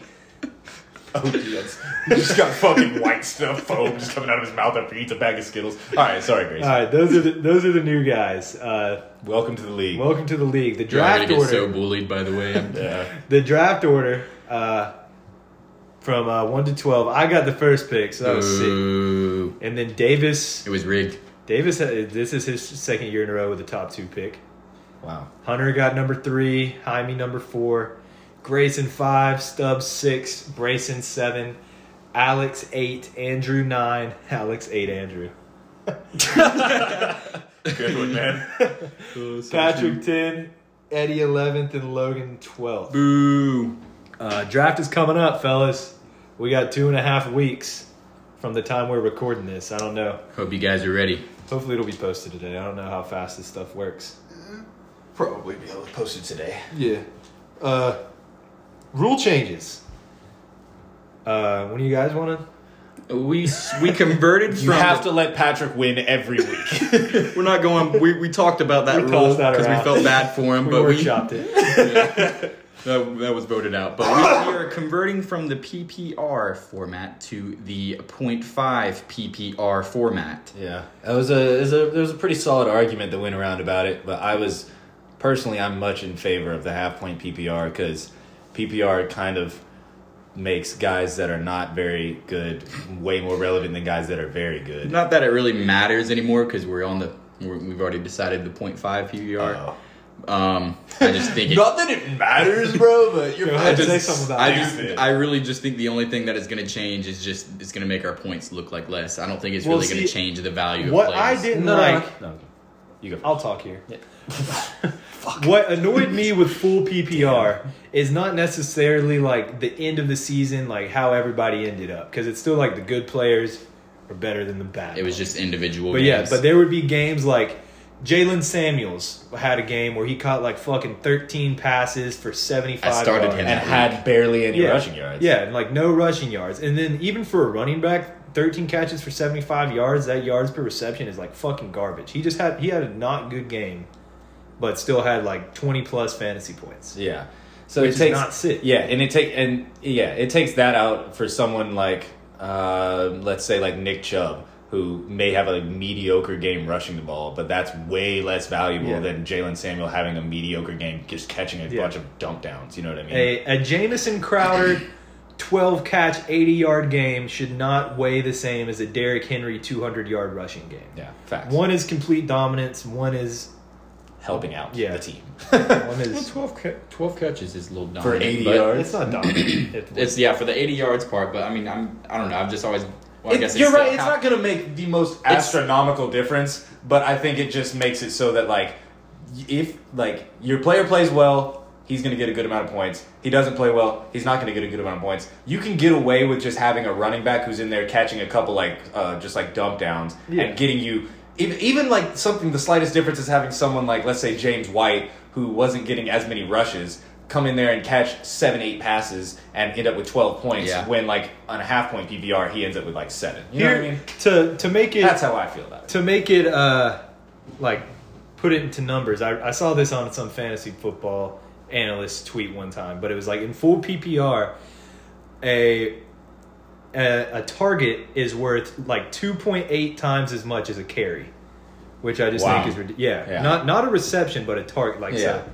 [SPEAKER 2] Oh, yes. He just got fucking white stuff foam just coming out of his mouth after he eats a bag of Skittles. All right, sorry, Grace.
[SPEAKER 3] Uh,
[SPEAKER 1] All right, those are the, those are the new guys. Uh,
[SPEAKER 2] Welcome to the league.
[SPEAKER 1] welcome to the league. The
[SPEAKER 3] You're gonna
[SPEAKER 1] draft
[SPEAKER 3] get
[SPEAKER 1] order.
[SPEAKER 3] so bullied. By the way, I'm-
[SPEAKER 2] *laughs* yeah.
[SPEAKER 1] the draft order uh, from uh, one to twelve. I got the first pick, so that
[SPEAKER 2] Oh,
[SPEAKER 1] was sick.
[SPEAKER 3] Boo.
[SPEAKER 1] And then Davis.
[SPEAKER 3] It was rigged.
[SPEAKER 1] Davis. uh, This is his second year in a row with a top two pick.
[SPEAKER 2] Wow.
[SPEAKER 1] Hunter got number three, Jaime number four, Grayson five, Stubbs six, Brayson seven, Alex eight, Andrew nine, *laughs* Alex eight, Andrew.
[SPEAKER 2] Good one, man.
[SPEAKER 1] Patrick ten, Eddie eleventh, and Logan twelfth.
[SPEAKER 3] Boo.
[SPEAKER 1] Uh, draft is coming up, fellas. We got two and a half weeks from the time we're recording this. I don't know.
[SPEAKER 3] Hope you guys are ready.
[SPEAKER 1] Hopefully it'll be posted today. I don't know how fast this stuff works.
[SPEAKER 2] *laughs* Probably be able to post it today.
[SPEAKER 1] Yeah. Uh, rule changes. Uh, when do you guys want to?
[SPEAKER 3] We we converted
[SPEAKER 2] You
[SPEAKER 3] from.
[SPEAKER 2] have to let Patrick win every week.
[SPEAKER 3] We're not going. We, we talked about that
[SPEAKER 1] We
[SPEAKER 3] rule
[SPEAKER 1] tossed that
[SPEAKER 3] because we
[SPEAKER 1] around.
[SPEAKER 3] felt bad for him,
[SPEAKER 1] We
[SPEAKER 3] but we
[SPEAKER 1] workshopped it.
[SPEAKER 3] that, that was voted out. But we, we are converting from the PPR format to the 0.5 PPR format.
[SPEAKER 2] *laughs* yeah, that was a, it was a there was a pretty solid argument that went around about it, but I was personally I'm much in favor of the half point PPR because PPR kind of makes guys that are not very good way more relevant than guys that are very good.
[SPEAKER 3] Not that it really matters anymore because we're on the we're, we've already decided the 0.5 PPR.
[SPEAKER 2] Oh.
[SPEAKER 3] Um, I just think it,
[SPEAKER 2] Not that it matters, bro, but *laughs* you're
[SPEAKER 1] Go ahead,
[SPEAKER 2] just-
[SPEAKER 1] say something about
[SPEAKER 3] I
[SPEAKER 1] it.
[SPEAKER 3] just
[SPEAKER 2] Stupid.
[SPEAKER 3] I really just think the only thing that is going to change is just it's going to make our points look like less. I don't think it's
[SPEAKER 1] Well,
[SPEAKER 3] really going
[SPEAKER 1] see,
[SPEAKER 3] to change the value.
[SPEAKER 1] What
[SPEAKER 3] of
[SPEAKER 1] I
[SPEAKER 3] players.
[SPEAKER 1] didn't
[SPEAKER 2] No,
[SPEAKER 1] like,
[SPEAKER 2] no, no. you go.
[SPEAKER 1] I'll talk here. *laughs* What annoyed me with full PPR is not necessarily like the end of the season, like how everybody ended up, because it's still like the good players are better than the bad.
[SPEAKER 3] It was just individual.
[SPEAKER 1] but yeah,
[SPEAKER 3] games.
[SPEAKER 1] but there would be games like Jalen Samuels had a game where he caught like fucking thirteen passes for seventy five.
[SPEAKER 3] I started him.
[SPEAKER 2] and had barely any rushing yards.
[SPEAKER 1] Yeah, and like no rushing yards. And then even for a running back, 13 catches for 75 yards, that yards per reception is like fucking garbage. He just had he had a not good game, but still had like 20 plus fantasy points.
[SPEAKER 2] Yeah. So
[SPEAKER 1] Which
[SPEAKER 2] it
[SPEAKER 1] is
[SPEAKER 2] takes
[SPEAKER 1] not sick.
[SPEAKER 2] Yeah, and it take and yeah, it takes that out for someone like uh, let's say like Nick Chubb, who may have a mediocre game rushing the ball, but that's way less valuable
[SPEAKER 1] Yeah.
[SPEAKER 2] than Jalen Samuel having a mediocre game just catching a
[SPEAKER 1] Yeah.
[SPEAKER 2] bunch of dump downs. You know what I mean?
[SPEAKER 1] A a Jamison Crowder 12 catch 80 yard game should not weigh the same as a Derrick Henry 200 yard rushing game.
[SPEAKER 2] yeah, facts.
[SPEAKER 1] One is complete dominance, one is
[SPEAKER 2] helping out
[SPEAKER 1] Yeah.
[SPEAKER 2] the team *laughs*
[SPEAKER 1] one
[SPEAKER 3] Well,
[SPEAKER 1] is
[SPEAKER 3] 12, ca- 12 catches is a little
[SPEAKER 2] for
[SPEAKER 3] dominant.
[SPEAKER 2] eighty
[SPEAKER 3] but
[SPEAKER 2] yards.
[SPEAKER 1] it's not dominant. *coughs* It-
[SPEAKER 3] It's yeah for the eighty yards part, but I mean I'm I don't know I've just always well, I
[SPEAKER 2] It-
[SPEAKER 3] guess
[SPEAKER 2] you're
[SPEAKER 3] still
[SPEAKER 2] right. It's
[SPEAKER 3] count-
[SPEAKER 2] not going to make the most astronomical difference, but I think it just makes it so that like y- if like your player plays well, he's going to get a good amount of points. He doesn't play well, he's not going to get a good amount of points. You can get away with just having a running back who's in there catching a couple like uh, just like dump downs
[SPEAKER 1] Yeah.
[SPEAKER 2] and getting you even, even like something the slightest difference is having someone like let's say James White who wasn't getting as many rushes come in there and catch seven eight passes and end up with 12 points
[SPEAKER 3] Yeah.
[SPEAKER 2] when like on a half point PPR he ends up with like seven you know what I
[SPEAKER 1] Here,
[SPEAKER 2] mean
[SPEAKER 1] to to make it
[SPEAKER 2] that's how I feel about it
[SPEAKER 1] to make it uh like put it into numbers I, I saw this on some fantasy football analyst tweet one time but it was like in full ppr a a, a target is worth like 2.8 times as much as a carry which i just
[SPEAKER 2] Wow.
[SPEAKER 1] think is rid- yeah,
[SPEAKER 2] Yeah.
[SPEAKER 1] not not a reception but a target like
[SPEAKER 2] Yeah.
[SPEAKER 1] so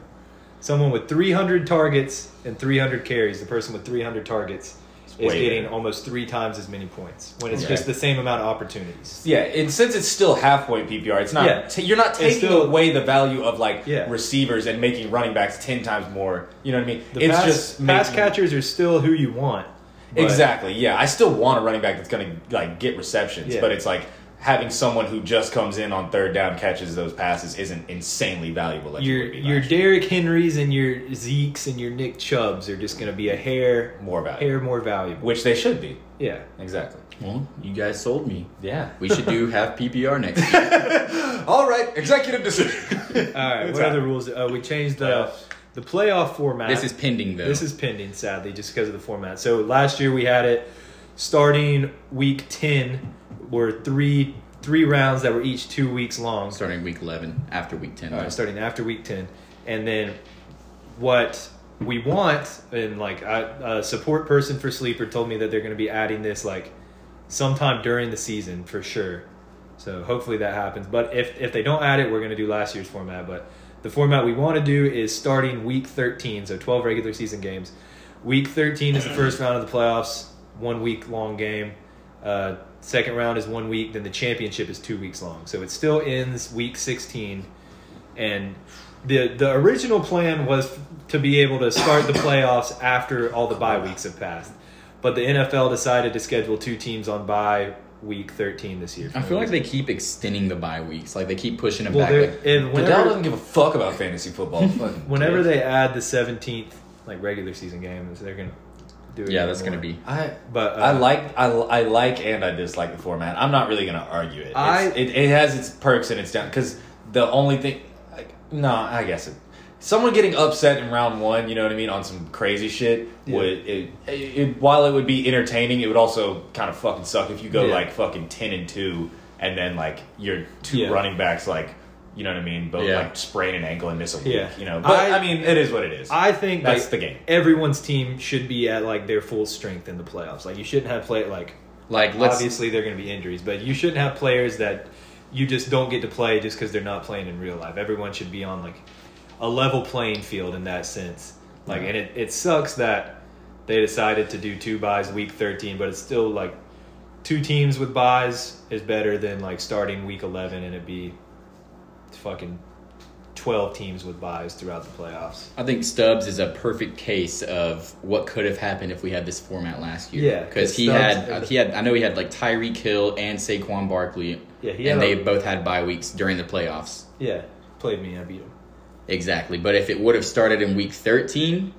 [SPEAKER 1] someone with 300 targets and 300 carries the person with 300 targets is
[SPEAKER 2] way
[SPEAKER 1] getting
[SPEAKER 2] better.
[SPEAKER 1] almost three times as many points when it's
[SPEAKER 3] Okay.
[SPEAKER 1] just the same amount of opportunities.
[SPEAKER 2] Yeah, and since it's still halfway PPR, it's not
[SPEAKER 1] Yeah.
[SPEAKER 2] ta- you're not taking
[SPEAKER 1] still-
[SPEAKER 2] away the value of like
[SPEAKER 1] Yeah.
[SPEAKER 2] receivers and making running backs ten times more. You know what I mean?
[SPEAKER 1] The pass, pass
[SPEAKER 2] making-
[SPEAKER 1] catchers are still who you want. but-
[SPEAKER 2] Exactly. Yeah, I still want a running back that's going to like get receptions,
[SPEAKER 1] Yeah.
[SPEAKER 2] but it's like having someone who just comes in on third down catches those passes isn't insanely valuable. Like it
[SPEAKER 1] Your
[SPEAKER 2] would be
[SPEAKER 1] your
[SPEAKER 2] last year.
[SPEAKER 1] Derrick Henrys and your Zeeks and your Nick Chubbs are just going to be a hair
[SPEAKER 2] More valuable.
[SPEAKER 1] hair more valuable.
[SPEAKER 2] which they should be.
[SPEAKER 1] Yeah.
[SPEAKER 2] Exactly.
[SPEAKER 3] Well, you guys sold me.
[SPEAKER 2] Yeah.
[SPEAKER 3] We should *laughs* do half PPR next year.
[SPEAKER 2] All right. Executive decision.
[SPEAKER 1] *laughs* All right.
[SPEAKER 2] It's
[SPEAKER 1] what
[SPEAKER 2] all
[SPEAKER 1] other
[SPEAKER 2] right.
[SPEAKER 1] rules? Oh, we changed the
[SPEAKER 2] Playoffs.
[SPEAKER 1] the playoff format.
[SPEAKER 3] This is pending though.
[SPEAKER 1] This is pending, sadly, just because of the format. So last year we had it starting week ten were three three rounds that were each two weeks long.
[SPEAKER 3] starting week 11 after week 10.
[SPEAKER 1] All right, Uh, starting after week ten, and then what we want and like I, a support person for Sleeper told me that they're going to be adding this like sometime during the season for sure. So hopefully that happens. But if if they don't add it, we're going to do last year's format. But the format we want to do is starting week thirteen, so twelve regular season games. Week thirteen is the first round of the playoffs, one week long game. Uh, second round is one week, then the championship is two weeks long. So it still ends week sixteen and the the original plan was to be able to start the playoffs after all the bye weeks have passed. But the NFL decided to schedule two teams on bye week 13 this year.
[SPEAKER 3] I feel like they keep extending the bye weeks. Like they keep pushing it
[SPEAKER 1] well,
[SPEAKER 3] back.
[SPEAKER 1] they're-
[SPEAKER 3] Like,
[SPEAKER 1] and
[SPEAKER 2] Bedell doesn't
[SPEAKER 1] whenever,
[SPEAKER 2] give a fuck about
[SPEAKER 1] *laughs*
[SPEAKER 2] fantasy football. Fucking
[SPEAKER 1] whenever
[SPEAKER 2] kids.
[SPEAKER 1] they add the 17th like regular season games, they're gonna do it.
[SPEAKER 3] yeah,
[SPEAKER 1] even
[SPEAKER 3] that's gonna
[SPEAKER 1] more.
[SPEAKER 3] be.
[SPEAKER 2] I
[SPEAKER 1] But uh,
[SPEAKER 2] I like I, I like and I dislike the format. I'm not really gonna argue it. It's,
[SPEAKER 1] I-
[SPEAKER 2] it, it has its perks and its down because the only thing, like, no, I guess it. Someone getting upset in round one, you know what I mean, on some crazy shit
[SPEAKER 1] Yeah.
[SPEAKER 2] would it, it, it- While it would be entertaining, it would also kind of fucking suck if you go
[SPEAKER 1] Yeah.
[SPEAKER 2] like fucking ten and two, and then like your two
[SPEAKER 1] Yeah.
[SPEAKER 2] running backs like. You know what I mean? Both
[SPEAKER 3] Yeah.
[SPEAKER 2] like sprain an ankle and miss a week.
[SPEAKER 1] Yeah.
[SPEAKER 2] You know, but I,
[SPEAKER 1] I-
[SPEAKER 2] mean, it is what it is.
[SPEAKER 1] I think
[SPEAKER 2] That's
[SPEAKER 1] like,
[SPEAKER 2] the game.
[SPEAKER 1] Everyone's team should be at like their full strength in the playoffs. Like you shouldn't have played like
[SPEAKER 3] Like let's
[SPEAKER 1] obviously there are going to be injuries, but you shouldn't have players that you just don't get to play just because they're not playing in real life. Everyone should be on like a level playing field in that sense. Like, and it, it sucks that they decided to do two buys week thirteen, but it's still like two teams with buys is better than like starting week eleven and it be fucking twelve teams with buys throughout the playoffs.
[SPEAKER 3] I think Stubbs is a perfect case of what could have happened if we had this format last year.
[SPEAKER 1] Yeah,
[SPEAKER 3] because he
[SPEAKER 1] Stubbs-
[SPEAKER 3] had uh, he had I know he had like Tyreek Hill and Saquon Barkley.
[SPEAKER 1] Yeah, he had
[SPEAKER 3] and they
[SPEAKER 1] a-
[SPEAKER 3] both had bye weeks during the playoffs.
[SPEAKER 1] Yeah, played me, I beat him.
[SPEAKER 3] Exactly, but if it would have started in week thirteen,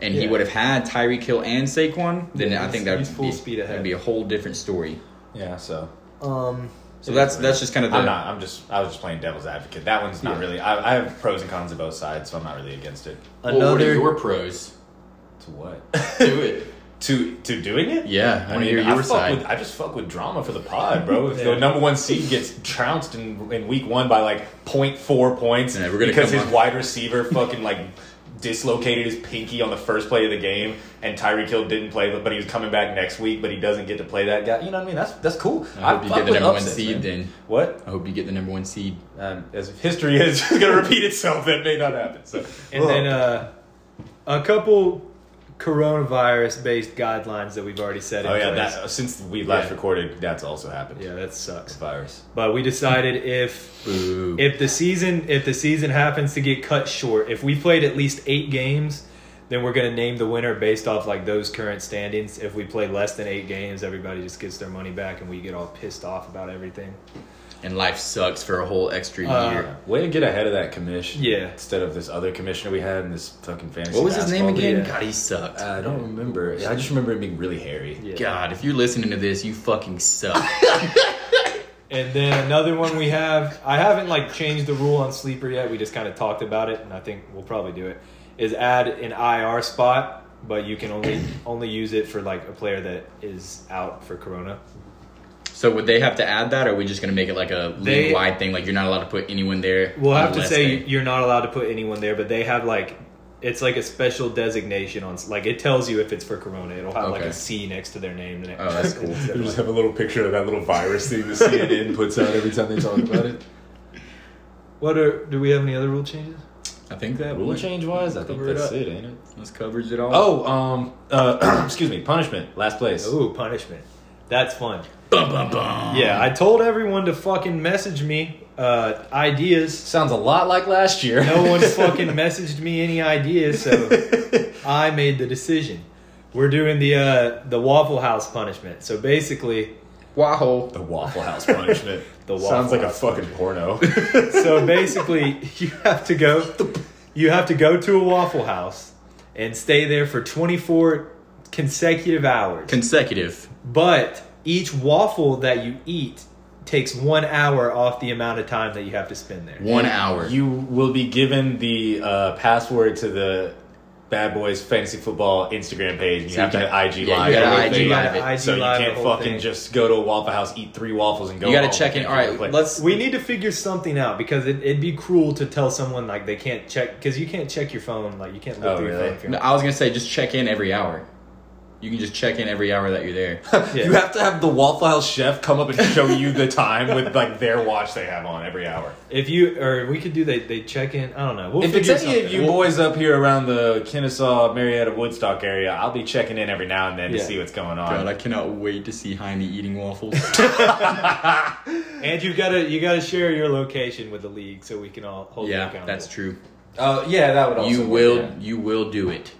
[SPEAKER 3] and he
[SPEAKER 1] Yeah.
[SPEAKER 3] would have had Tyreek Hill and Saquon, then
[SPEAKER 1] Yeah,
[SPEAKER 3] I
[SPEAKER 1] he's-
[SPEAKER 3] think that
[SPEAKER 1] he's
[SPEAKER 3] would
[SPEAKER 1] full
[SPEAKER 3] be,
[SPEAKER 1] speed ahead.
[SPEAKER 3] that'd be a whole different story.
[SPEAKER 2] yeah. So
[SPEAKER 1] Um,
[SPEAKER 3] So that's that's just kind of the
[SPEAKER 2] I'm not. I'm just. I was just playing devil's advocate. That one's not
[SPEAKER 1] Yeah.
[SPEAKER 2] really. I, I have pros and cons of both sides, so I'm not really against it.
[SPEAKER 3] Well, what are
[SPEAKER 1] another
[SPEAKER 3] your pros.
[SPEAKER 2] *laughs* To what?
[SPEAKER 3] Do it.
[SPEAKER 2] *laughs* to to doing it?
[SPEAKER 3] Yeah, I
[SPEAKER 2] I, mean,
[SPEAKER 3] hear
[SPEAKER 2] I
[SPEAKER 3] your
[SPEAKER 2] fuck
[SPEAKER 3] side.
[SPEAKER 2] With, I just fuck with drama for the pod, bro. If the
[SPEAKER 1] Yeah.
[SPEAKER 2] number one seed gets trounced in, in week one by like 0.4 points
[SPEAKER 3] Yeah, we're gonna
[SPEAKER 2] because
[SPEAKER 3] come
[SPEAKER 2] his
[SPEAKER 3] up.
[SPEAKER 2] wide receiver fucking like dislocated his pinky on the first play of the game and Tyreek Hill didn't play, but he was coming back next week, but he doesn't get to play that guy. You know what I mean? That's that's cool.
[SPEAKER 3] I hope you
[SPEAKER 2] fuck
[SPEAKER 3] get the
[SPEAKER 2] with
[SPEAKER 3] number one
[SPEAKER 2] upsets,
[SPEAKER 3] seed.
[SPEAKER 2] man.
[SPEAKER 3] Then
[SPEAKER 2] What?
[SPEAKER 3] I hope you get the number one seed.
[SPEAKER 2] Um, as if history is *laughs* going to repeat itself, that may not happen. So. Oh.
[SPEAKER 1] And then uh, a couple coronavirus based guidelines that we've already set in
[SPEAKER 2] oh yeah,
[SPEAKER 1] place.
[SPEAKER 2] that, since we last
[SPEAKER 1] Yeah.
[SPEAKER 2] recorded, that's also happened.
[SPEAKER 1] yeah, that sucks.
[SPEAKER 2] virus.
[SPEAKER 1] But we decided if
[SPEAKER 3] Boo.
[SPEAKER 1] if the season if the season happens to get cut short, if we played at least eight games, then we're gonna name the winner based off like those current standings. If we play less than eight games, everybody just gets their money back and we get all pissed off about everything.
[SPEAKER 3] and life sucks for a whole extra
[SPEAKER 1] Uh,
[SPEAKER 3] year.
[SPEAKER 2] Yeah. Way to get ahead of that commission.
[SPEAKER 1] Yeah.
[SPEAKER 2] Instead of this other commissioner we had in this fucking fantasy.
[SPEAKER 3] What was his name
[SPEAKER 2] basketball league.
[SPEAKER 3] again?
[SPEAKER 1] yeah.
[SPEAKER 3] God, he sucked.
[SPEAKER 2] Uh, I don't remember. I just remember him being really hairy. *laughs*
[SPEAKER 1] Yeah.
[SPEAKER 3] God, if you're listening to this, you
[SPEAKER 1] *laughs*
[SPEAKER 3] fucking suck.
[SPEAKER 1] And then another one we have, I haven't like changed the rule on sleeper yet. We just kind of talked about it, and I think we'll probably do it. Is add an IR spot, but you can only only use it for like a player that is out for Corona.
[SPEAKER 3] so would they have to add that, or are we just gonna make it like a
[SPEAKER 1] They-
[SPEAKER 3] league wide thing? Like you're not allowed to put anyone there.
[SPEAKER 1] We'll have to
[SPEAKER 3] unless
[SPEAKER 1] say
[SPEAKER 3] they-
[SPEAKER 1] you're not allowed to put anyone there, but they have like it's like a special designation on like it tells you if it's for Corona. It'll have like
[SPEAKER 3] Okay.
[SPEAKER 1] a C next to their name. and it-
[SPEAKER 3] Oh, that's
[SPEAKER 1] *laughs*
[SPEAKER 3] cool.
[SPEAKER 2] They just have a little picture of that little virus thing the CNN puts out every time they talk about it.
[SPEAKER 1] what are do we have any other rule changes?
[SPEAKER 4] I think that
[SPEAKER 2] Rule
[SPEAKER 4] would.
[SPEAKER 2] change wise, I think
[SPEAKER 4] Cover it
[SPEAKER 2] that's
[SPEAKER 4] up.
[SPEAKER 2] it, ain't it?
[SPEAKER 4] This covers it all.
[SPEAKER 2] Oh, um, uh, *clears throat* excuse me, punishment, last place.
[SPEAKER 1] Ooh, punishment. That's fun.
[SPEAKER 4] Bum, bum, bum.
[SPEAKER 3] Um,
[SPEAKER 1] Yeah, I told everyone to fucking message me uh, ideas.
[SPEAKER 2] Sounds a lot like last year.
[SPEAKER 1] No one fucking messaged me any ideas, so I made the decision. We're doing the uh, the Waffle House punishment. So basically,
[SPEAKER 3] Wahoo.
[SPEAKER 2] The Waffle House punishment.
[SPEAKER 1] The
[SPEAKER 2] Sounds
[SPEAKER 1] Waffle
[SPEAKER 2] like a fucking porno.
[SPEAKER 1] so basically, you have to go. You have to go to a Waffle House and stay there for 24 consecutive hours.
[SPEAKER 4] Consecutive.
[SPEAKER 1] But each waffle that you eat takes one hour off the amount of time that you have to spend there.
[SPEAKER 4] One hour.
[SPEAKER 2] *laughs* you will be given the uh, password to the Bad Boys Fantasy Football Instagram page, and
[SPEAKER 4] So
[SPEAKER 2] you
[SPEAKER 4] you
[SPEAKER 2] have to
[SPEAKER 4] gotta-
[SPEAKER 2] IG
[SPEAKER 4] yeah, you
[SPEAKER 2] live.
[SPEAKER 4] gotta
[SPEAKER 2] the whole
[SPEAKER 4] IG
[SPEAKER 2] thing.
[SPEAKER 4] live.
[SPEAKER 2] So you
[SPEAKER 1] live the
[SPEAKER 2] can't
[SPEAKER 1] whole
[SPEAKER 2] fucking
[SPEAKER 1] thing.
[SPEAKER 2] just go to a Waffle House, eat three waffles, and go.
[SPEAKER 3] You gotta
[SPEAKER 2] home.
[SPEAKER 3] check in.
[SPEAKER 2] You
[SPEAKER 3] All
[SPEAKER 2] can't
[SPEAKER 3] right,
[SPEAKER 2] click.
[SPEAKER 3] let's.
[SPEAKER 1] We need to figure something out because it, it'd be cruel to tell someone like they can't check because you can't check your phone like you can't look
[SPEAKER 2] Oh,
[SPEAKER 1] through
[SPEAKER 2] really?
[SPEAKER 1] your phone.
[SPEAKER 3] No, I was gonna say just check in every hour. You can just check in every hour that you're
[SPEAKER 1] *laughs*
[SPEAKER 3] there.
[SPEAKER 1] Yeah.
[SPEAKER 2] *laughs* You have to have the Waffle House chef come up and show you the time with like their watch they have on every hour.
[SPEAKER 1] If you or we could do they they check in. I don't know. We'll
[SPEAKER 2] if it's
[SPEAKER 1] figure
[SPEAKER 2] any
[SPEAKER 1] something.
[SPEAKER 2] of you boys up here around the Kennesaw, Marietta, Woodstock area, I'll be checking in every now and then
[SPEAKER 1] Yeah.
[SPEAKER 2] to see what's going on.
[SPEAKER 3] God, I cannot wait to see Jaime
[SPEAKER 1] *laughs*
[SPEAKER 3] eating waffles.
[SPEAKER 1] and you gotta you gotta share your location with the league so we can all hold. you
[SPEAKER 3] yeah,
[SPEAKER 1] accountable.
[SPEAKER 3] that's true.
[SPEAKER 5] Uh, yeah, that would also.
[SPEAKER 3] You
[SPEAKER 5] work,
[SPEAKER 3] will,
[SPEAKER 5] yeah.
[SPEAKER 3] you will do it,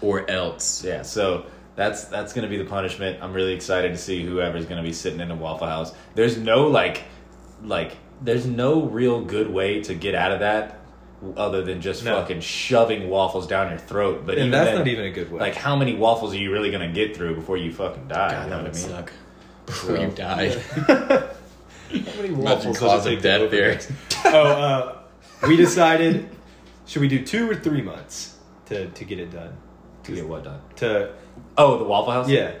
[SPEAKER 3] or else.
[SPEAKER 2] yeah, so that's that's gonna be the punishment. I'm really excited to see whoever's gonna be sitting in a Waffle House. There's no like, like there's no real good way to get out of that other than just
[SPEAKER 1] No.
[SPEAKER 2] fucking shoving waffles down your throat. But even
[SPEAKER 1] And that's
[SPEAKER 2] then,
[SPEAKER 1] not even a good way.
[SPEAKER 2] like how many waffles are you really gonna get through before you fucking die?
[SPEAKER 3] God,
[SPEAKER 2] you know what I
[SPEAKER 3] that would
[SPEAKER 2] mean? *laughs*
[SPEAKER 3] suck. Before you *laughs* die,
[SPEAKER 1] How many
[SPEAKER 3] imagine
[SPEAKER 1] waffles does it
[SPEAKER 3] cause
[SPEAKER 1] take
[SPEAKER 3] of
[SPEAKER 1] to
[SPEAKER 3] death
[SPEAKER 1] open
[SPEAKER 3] there.
[SPEAKER 1] this? oh, uh, we decided should we do two or three months to to get it done?
[SPEAKER 2] To get what done?
[SPEAKER 1] To
[SPEAKER 2] Oh, the Waffle House.
[SPEAKER 1] yeah,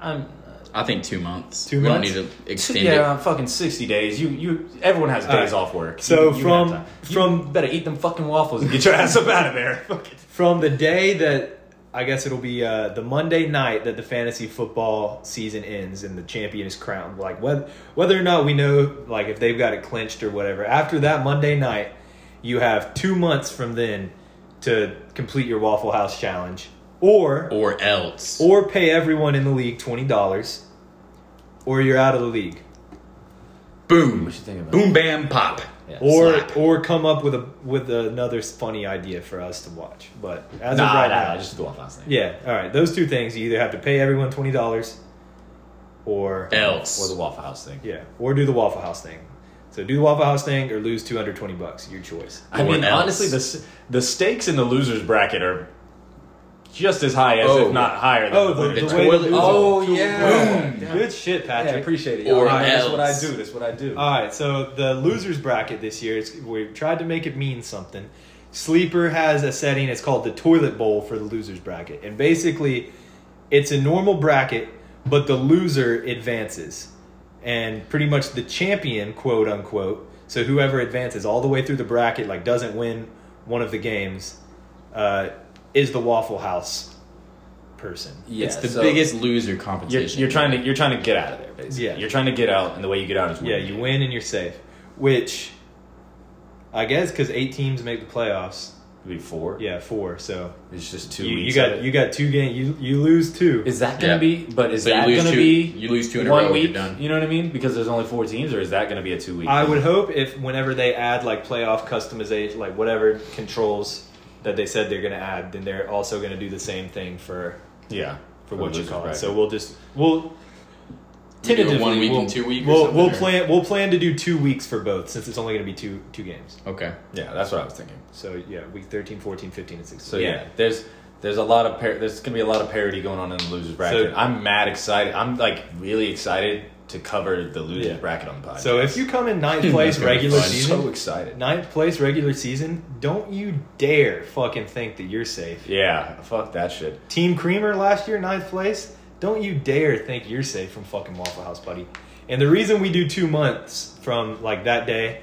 [SPEAKER 2] I'm.
[SPEAKER 3] I think two months.
[SPEAKER 1] Two
[SPEAKER 3] we
[SPEAKER 1] months?
[SPEAKER 3] don't need to extend
[SPEAKER 2] yeah,
[SPEAKER 3] it.
[SPEAKER 2] fucking sixty days. You, you, everyone has
[SPEAKER 1] All
[SPEAKER 2] days
[SPEAKER 1] right.
[SPEAKER 2] off work.
[SPEAKER 1] So
[SPEAKER 2] You- you
[SPEAKER 1] from-
[SPEAKER 2] have time. You
[SPEAKER 1] from-
[SPEAKER 2] better eat them fucking waffles and get your *laughs* ass up out of there. Fuck it.
[SPEAKER 1] from the day that I guess it'll be uh, the Monday night that the fantasy football season ends and the champion is crowned. Like whether whether or not we know like if they've got it clinched or whatever. After that Monday night, you have two months from then to complete your Waffle House challenge, or
[SPEAKER 3] Or else.
[SPEAKER 1] or pay everyone in the league twenty dollars, or you're out of the league,
[SPEAKER 3] boom.
[SPEAKER 2] you think about
[SPEAKER 3] Boom, bam, pop.
[SPEAKER 1] or
[SPEAKER 3] Slap.
[SPEAKER 1] or come up with a with another funny idea for us to watch. But as
[SPEAKER 2] Nah,
[SPEAKER 1] of right
[SPEAKER 2] nah,
[SPEAKER 1] now,
[SPEAKER 2] nah, just the waffle house thing.
[SPEAKER 1] yeah, all right, those two things you either have to pay everyone twenty dollars, or
[SPEAKER 2] Or the
[SPEAKER 3] Else.
[SPEAKER 2] waffle house thing.
[SPEAKER 1] yeah, or do the Waffle House thing. So do the Waffle House thing or lose two hundred twenty bucks. Your choice.
[SPEAKER 2] I
[SPEAKER 3] Or
[SPEAKER 2] mean,
[SPEAKER 3] else.
[SPEAKER 2] honestly, the s- the stakes in the losers bracket are just as high as,
[SPEAKER 3] Oh.
[SPEAKER 2] if not higher, than
[SPEAKER 1] Oh,
[SPEAKER 2] the
[SPEAKER 1] the,
[SPEAKER 2] winners.
[SPEAKER 1] the way
[SPEAKER 3] toilet-
[SPEAKER 1] the-
[SPEAKER 5] Oh yeah.
[SPEAKER 1] good shit,
[SPEAKER 5] Yeah,
[SPEAKER 1] Patrick.
[SPEAKER 5] appreciate it.
[SPEAKER 3] Or
[SPEAKER 5] y'all. That's what I
[SPEAKER 3] else.
[SPEAKER 5] do. That's what I do.
[SPEAKER 2] Uh,
[SPEAKER 1] All right, so the losers bracket this year, it's, we've tried to make it mean something. Sleeper has a setting, it's called the toilet bowl for the losers bracket. And basically, it's a normal bracket, but the loser advances. And pretty much the champion, quote unquote, so whoever advances all the way through the bracket, like doesn't win one of the games, uh, is the Waffle House person.
[SPEAKER 2] Yeah,
[SPEAKER 3] it's the
[SPEAKER 2] so
[SPEAKER 3] biggest loser
[SPEAKER 2] You're,
[SPEAKER 3] competition.
[SPEAKER 2] you're trying to you're trying to get out of there, basically.
[SPEAKER 1] Yeah.
[SPEAKER 2] You're trying to get out, and the way you get out is
[SPEAKER 1] Yeah,
[SPEAKER 2] winning.
[SPEAKER 1] you win and you're safe. Which, I guess, because eight teams make the playoffs.
[SPEAKER 2] It'd be four.
[SPEAKER 1] Yeah, four. So
[SPEAKER 2] It's just two.
[SPEAKER 1] you, you
[SPEAKER 2] weeks of
[SPEAKER 1] got
[SPEAKER 2] it.
[SPEAKER 1] you got two games. You you lose two.
[SPEAKER 2] Is that gonna
[SPEAKER 3] Yeah.
[SPEAKER 2] be? But is
[SPEAKER 3] So you
[SPEAKER 2] that
[SPEAKER 3] lose
[SPEAKER 2] gonna
[SPEAKER 3] two-
[SPEAKER 2] be?
[SPEAKER 3] you lose two in a
[SPEAKER 2] one
[SPEAKER 3] row if you're
[SPEAKER 2] Week,
[SPEAKER 3] done.
[SPEAKER 2] You know what I mean? Because there's only four teams, or is that gonna be a two week?
[SPEAKER 1] I would hope if whenever they add like playoff customization, like whatever controls that they said they're going to add, then they're also going to do the same thing for
[SPEAKER 2] Yeah.
[SPEAKER 1] for what you
[SPEAKER 2] losers
[SPEAKER 1] call it.
[SPEAKER 2] bracket.
[SPEAKER 1] So we'll just we'll
[SPEAKER 3] You do it
[SPEAKER 1] tentatively
[SPEAKER 3] one week
[SPEAKER 1] we'll,
[SPEAKER 3] and two week or
[SPEAKER 1] We'll
[SPEAKER 3] something,
[SPEAKER 1] we'll
[SPEAKER 3] or-
[SPEAKER 1] plan we'll plan to do two weeks for both since it's only going to be two two games.
[SPEAKER 3] okay.
[SPEAKER 2] yeah, that's what I was thinking.
[SPEAKER 1] So yeah, week 13, 14, 15, and 16.
[SPEAKER 2] So yeah, there's there's a lot of par- there's gonna be a lot of parody going on in the losers bracket. I'm mad excited. I'm like really excited to cover the losers
[SPEAKER 1] Yeah.
[SPEAKER 2] bracket on the podcast.
[SPEAKER 1] So if you come in ninth place
[SPEAKER 3] gonna be
[SPEAKER 1] regular
[SPEAKER 3] fun.
[SPEAKER 2] I'm
[SPEAKER 1] season,
[SPEAKER 2] so excited.
[SPEAKER 1] ninth place regular season, don't you dare fucking think that you're safe.
[SPEAKER 2] Yeah, fuck that shit.
[SPEAKER 1] Team Creamer last year, ninth place. Don't you dare think you're safe from fucking Waffle House, buddy. And the reason we do two months from like that day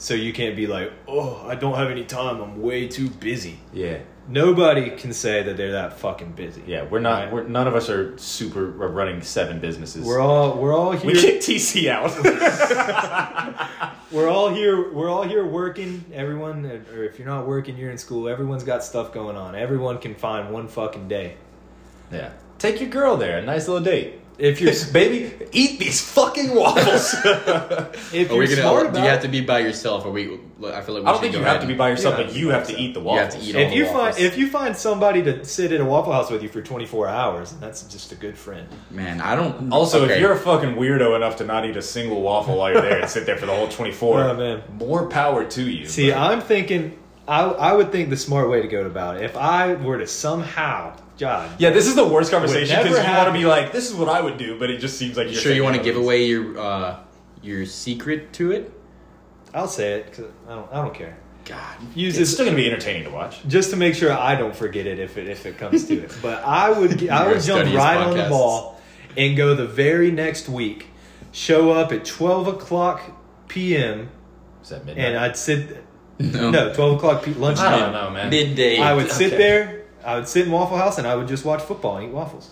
[SPEAKER 1] So you can't be like, oh, I don't have any time. I'm way too busy.
[SPEAKER 2] Yeah.
[SPEAKER 1] Nobody can say that they're that fucking busy.
[SPEAKER 2] Yeah, we're not. We're none of us are super are running seven businesses.
[SPEAKER 1] We're all we're all here.
[SPEAKER 2] we kick TC
[SPEAKER 1] *laughs*
[SPEAKER 2] out.
[SPEAKER 1] We're all here. We're all here working. Everyone, or if you're not working, you're in school. Everyone's got stuff going on. Everyone can find one fucking day.
[SPEAKER 2] yeah, take your girl there. A nice little date.
[SPEAKER 1] If you're
[SPEAKER 3] *laughs*
[SPEAKER 1] s-
[SPEAKER 2] Baby, eat these
[SPEAKER 1] *laughs*
[SPEAKER 2] fucking waffles.
[SPEAKER 1] if
[SPEAKER 3] Are we
[SPEAKER 1] you're
[SPEAKER 3] gonna?
[SPEAKER 1] smart
[SPEAKER 3] do
[SPEAKER 1] about
[SPEAKER 3] you have to be by yourself? Are we? I feel like we
[SPEAKER 2] I don't
[SPEAKER 3] should
[SPEAKER 2] think
[SPEAKER 3] go
[SPEAKER 2] you have
[SPEAKER 3] ahead
[SPEAKER 2] to be
[SPEAKER 3] and-
[SPEAKER 2] by yourself,
[SPEAKER 1] Yeah.
[SPEAKER 2] but you have to eat the
[SPEAKER 3] You have
[SPEAKER 2] waffles.
[SPEAKER 3] to eat
[SPEAKER 1] if you
[SPEAKER 3] all the
[SPEAKER 1] find
[SPEAKER 3] waffles.
[SPEAKER 1] if you find somebody to sit at a Waffle House with you for 24 hours, that's just a good friend.
[SPEAKER 3] Man, I don't.
[SPEAKER 2] Also,
[SPEAKER 3] okay.
[SPEAKER 2] if you're a fucking weirdo enough to not eat a single waffle while you're there and sit there for the whole
[SPEAKER 1] *laughs*
[SPEAKER 2] 24,
[SPEAKER 1] Oh, man.
[SPEAKER 2] more power to you.
[SPEAKER 1] See,
[SPEAKER 2] but-
[SPEAKER 1] I'm thinking. I, I would think the smart way to go about it, if I were to somehow, God,
[SPEAKER 2] yeah, this is the worst conversation
[SPEAKER 1] never
[SPEAKER 2] because you want to
[SPEAKER 1] happen.
[SPEAKER 2] be like, this is what I would do, but it just seems like you're
[SPEAKER 3] sure you
[SPEAKER 2] saying
[SPEAKER 3] want to
[SPEAKER 2] no.
[SPEAKER 3] give away your uh, your secret to it.
[SPEAKER 1] I'll say it because I don't, I don't care.
[SPEAKER 2] *laughs*
[SPEAKER 3] God,
[SPEAKER 1] Use
[SPEAKER 2] It's
[SPEAKER 1] this
[SPEAKER 2] still gonna be entertaining to watch.
[SPEAKER 1] just to make sure I don't forget it if it if it comes to
[SPEAKER 2] *laughs*
[SPEAKER 1] it. But I would I
[SPEAKER 3] You're
[SPEAKER 1] would
[SPEAKER 3] a
[SPEAKER 1] jump
[SPEAKER 3] studies
[SPEAKER 1] right on the
[SPEAKER 3] podcast.
[SPEAKER 1] ball and go the very next week, show up at twelve o'clock p.m.
[SPEAKER 2] Is that midnight?
[SPEAKER 1] and I'd sit
[SPEAKER 3] no,
[SPEAKER 1] no, twelve o'clock p- lunchtime.
[SPEAKER 2] I don't know, man.
[SPEAKER 3] midday.
[SPEAKER 1] I would sit
[SPEAKER 2] Okay.
[SPEAKER 1] there. I would sit in Waffle House and I would just watch football and eat waffles.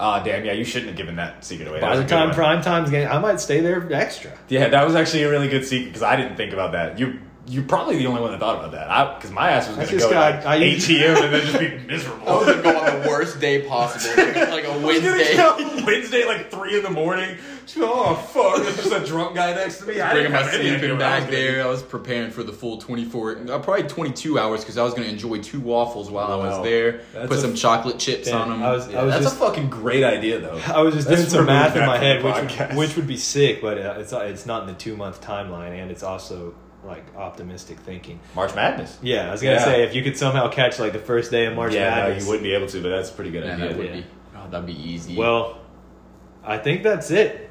[SPEAKER 2] Ah, damn. Yeah, you shouldn't have given that secret away. That
[SPEAKER 1] By
[SPEAKER 2] was
[SPEAKER 1] the
[SPEAKER 2] a good
[SPEAKER 1] time
[SPEAKER 2] one.
[SPEAKER 1] prime time's game, I might stay there extra.
[SPEAKER 2] Yeah, that was actually a really good secret because I didn't think about that. You. You're probably the only one that thought about that. Because my ass was going to
[SPEAKER 1] just
[SPEAKER 2] go
[SPEAKER 1] got-
[SPEAKER 2] like,
[SPEAKER 1] I usually-
[SPEAKER 2] ATM and then just be
[SPEAKER 1] *laughs*
[SPEAKER 2] miserable.
[SPEAKER 3] I was gonna go on the worst day possible,
[SPEAKER 2] *laughs*
[SPEAKER 3] like a Wednesday.
[SPEAKER 2] Wednesday, like three in the morning. Oh fuck! There's just a drunk guy next to me. I didn't
[SPEAKER 3] Bringing my
[SPEAKER 2] have any idea
[SPEAKER 3] sleeping
[SPEAKER 2] what I was
[SPEAKER 3] bag
[SPEAKER 2] gonna do.
[SPEAKER 3] there. I was preparing for the full 24, uh, probably 22 hours because I was going to enjoy two waffles while I
[SPEAKER 2] Wow.
[SPEAKER 3] was there.
[SPEAKER 2] That's
[SPEAKER 3] put
[SPEAKER 2] a-
[SPEAKER 3] some chocolate chips
[SPEAKER 1] Damn,
[SPEAKER 3] on them.
[SPEAKER 1] I was,
[SPEAKER 2] Yeah,
[SPEAKER 1] I was
[SPEAKER 2] that's
[SPEAKER 1] just
[SPEAKER 2] a fucking great idea, though.
[SPEAKER 1] I was just
[SPEAKER 2] Let's
[SPEAKER 1] doing some
[SPEAKER 2] remove
[SPEAKER 1] math in
[SPEAKER 2] that
[SPEAKER 1] my
[SPEAKER 2] from
[SPEAKER 1] head,
[SPEAKER 2] the
[SPEAKER 1] which
[SPEAKER 2] podcast.
[SPEAKER 1] would, which would be sick, but uh, it's not- it's not in the two month timeline, and it's also like optimistic thinking.
[SPEAKER 2] *laughs* March Madness.
[SPEAKER 1] Yeah, I was gonna
[SPEAKER 2] Yeah.
[SPEAKER 1] say if you could somehow catch like the first day of March
[SPEAKER 2] yeah, no,
[SPEAKER 1] Madness,
[SPEAKER 2] you wouldn't be able to, but that's a pretty good
[SPEAKER 3] yeah,
[SPEAKER 2] idea.
[SPEAKER 3] that would
[SPEAKER 1] yeah.
[SPEAKER 3] be. Oh, that'd be easy.
[SPEAKER 1] Well, I think that's it.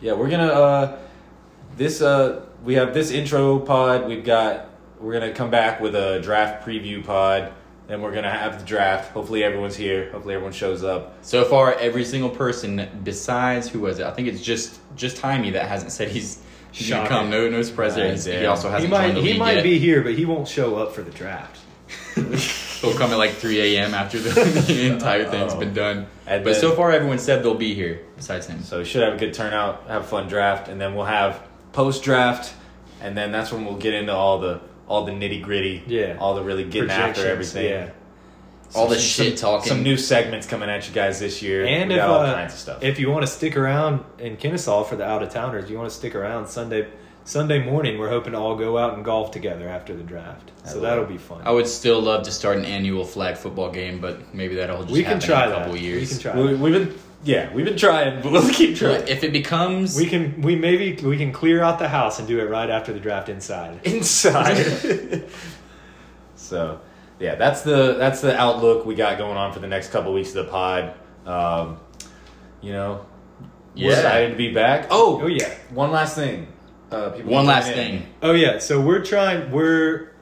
[SPEAKER 2] Yeah, we're gonna uh this uh we have this intro pod, we've got we're gonna come back with a draft preview pod, then we're gonna have the draft. Hopefully everyone's here, hopefully everyone shows up.
[SPEAKER 3] so far, every single person besides who was it? I think it's just just Jaime that hasn't said he's he's gonna
[SPEAKER 1] Shocking.
[SPEAKER 3] come. No, no surprise there. He's- He
[SPEAKER 2] Goddamn.
[SPEAKER 3] also
[SPEAKER 1] He
[SPEAKER 3] hasn't
[SPEAKER 1] might
[SPEAKER 3] joined the league
[SPEAKER 1] he might
[SPEAKER 3] yet.
[SPEAKER 1] be here, but he won't show up for the draft.
[SPEAKER 3] He'll come at like 3 a.m. after the, *laughs* the entire thing's
[SPEAKER 1] Oh.
[SPEAKER 3] been done.
[SPEAKER 2] And
[SPEAKER 3] but
[SPEAKER 2] then-
[SPEAKER 3] so far, everyone said they'll be here besides him.
[SPEAKER 2] So we should have a good turnout, have a fun draft, and then we'll have post draft and then that's when we'll get into all the all the nitty gritty,
[SPEAKER 1] Yeah.
[SPEAKER 2] all the really getting after
[SPEAKER 1] Projections,
[SPEAKER 2] everything.
[SPEAKER 1] Yeah.
[SPEAKER 3] All the
[SPEAKER 2] Some-
[SPEAKER 3] shit
[SPEAKER 2] some-
[SPEAKER 3] talking.
[SPEAKER 2] Some new segments coming at you guys this year.
[SPEAKER 1] And
[SPEAKER 2] we
[SPEAKER 1] if
[SPEAKER 2] got all
[SPEAKER 1] uh,
[SPEAKER 2] kinds of stuff.
[SPEAKER 1] if you want to stick around in Kennesaw for the out of towners, you want to stick around Sunday Sunday morning. We're hoping to all go out and golf together after the draft, so that'll be fun.
[SPEAKER 3] I would still love to start an annual flag football game, but maybe that'll just
[SPEAKER 1] we
[SPEAKER 3] happen
[SPEAKER 1] can try
[SPEAKER 3] in a couple
[SPEAKER 1] that.
[SPEAKER 3] years.
[SPEAKER 1] We can try.
[SPEAKER 2] we,
[SPEAKER 1] that.
[SPEAKER 2] we've been yeah, we've been trying, but we'll keep trying.
[SPEAKER 3] If it becomes,
[SPEAKER 1] We can we maybe we can clear out the house and do it right after the draft inside.
[SPEAKER 2] inside. *laughs* so, yeah, that's the that's the outlook we got going on for the next couple weeks of the pod. Um, you know, we're
[SPEAKER 3] yeah.
[SPEAKER 2] excited to be back. Oh,
[SPEAKER 1] Oh yeah.
[SPEAKER 2] one last thing. Uh, people
[SPEAKER 3] One last
[SPEAKER 2] tuning in.
[SPEAKER 3] thing.
[SPEAKER 1] Oh yeah, so we're trying we're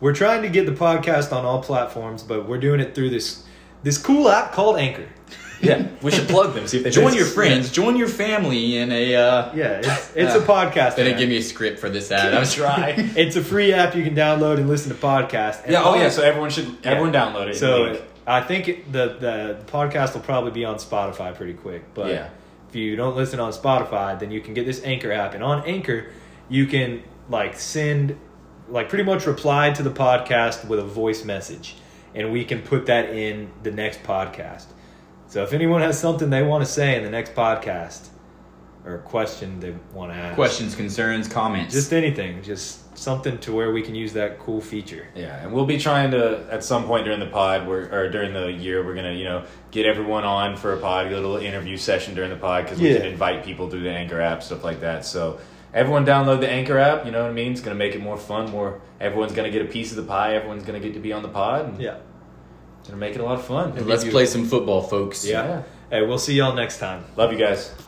[SPEAKER 1] we're trying to get the podcast on all platforms, but we're doing it through this this cool app called Anchor.
[SPEAKER 2] *laughs* Yeah, we should plug them. See if they
[SPEAKER 3] Join
[SPEAKER 2] visit
[SPEAKER 3] your
[SPEAKER 2] us. *laughs*
[SPEAKER 3] friends. Join your family in a. Uh,
[SPEAKER 1] Yeah, it's it's a
[SPEAKER 3] Ah.
[SPEAKER 1] podcast.
[SPEAKER 3] They
[SPEAKER 1] app.
[SPEAKER 3] didn't give me a script for this ad. I was
[SPEAKER 2] Try.
[SPEAKER 1] it's a free app you can download and listen to podcasts. And
[SPEAKER 2] *laughs* yeah. Oh
[SPEAKER 1] all-
[SPEAKER 2] yeah. So everyone should everyone download it.
[SPEAKER 1] so
[SPEAKER 2] Link.
[SPEAKER 1] I think it, the the podcast will probably be on Spotify pretty quick. But
[SPEAKER 2] Yeah.
[SPEAKER 1] if you don't listen on Spotify, then you can get this Anchor app, and on Anchor, you can like send like pretty much reply to the podcast with a voice message, and we can put that in the next podcast. So if anyone has something they want to say in the next podcast, or a question they want to ask,
[SPEAKER 3] questions, concerns, comments.
[SPEAKER 1] just anything, just something to where we can use that cool feature.
[SPEAKER 2] Yeah, and we'll be trying to at some point during the pod we're, or during the year we're gonna you know get everyone on for a pod, a little interview session during the pod because we
[SPEAKER 1] Yeah.
[SPEAKER 2] can invite people through the Anchor app stuff like that. So everyone download the Anchor app. You know what I mean? It's gonna make it more fun. More everyone's gonna get a piece of the pie. Everyone's gonna get to be on the pod. And
[SPEAKER 1] Yeah.
[SPEAKER 2] it's gonna make it a lot of fun.
[SPEAKER 3] And let's play some football, folks.
[SPEAKER 1] Yeah. Hey, we'll see y'all next time.
[SPEAKER 2] Love you guys.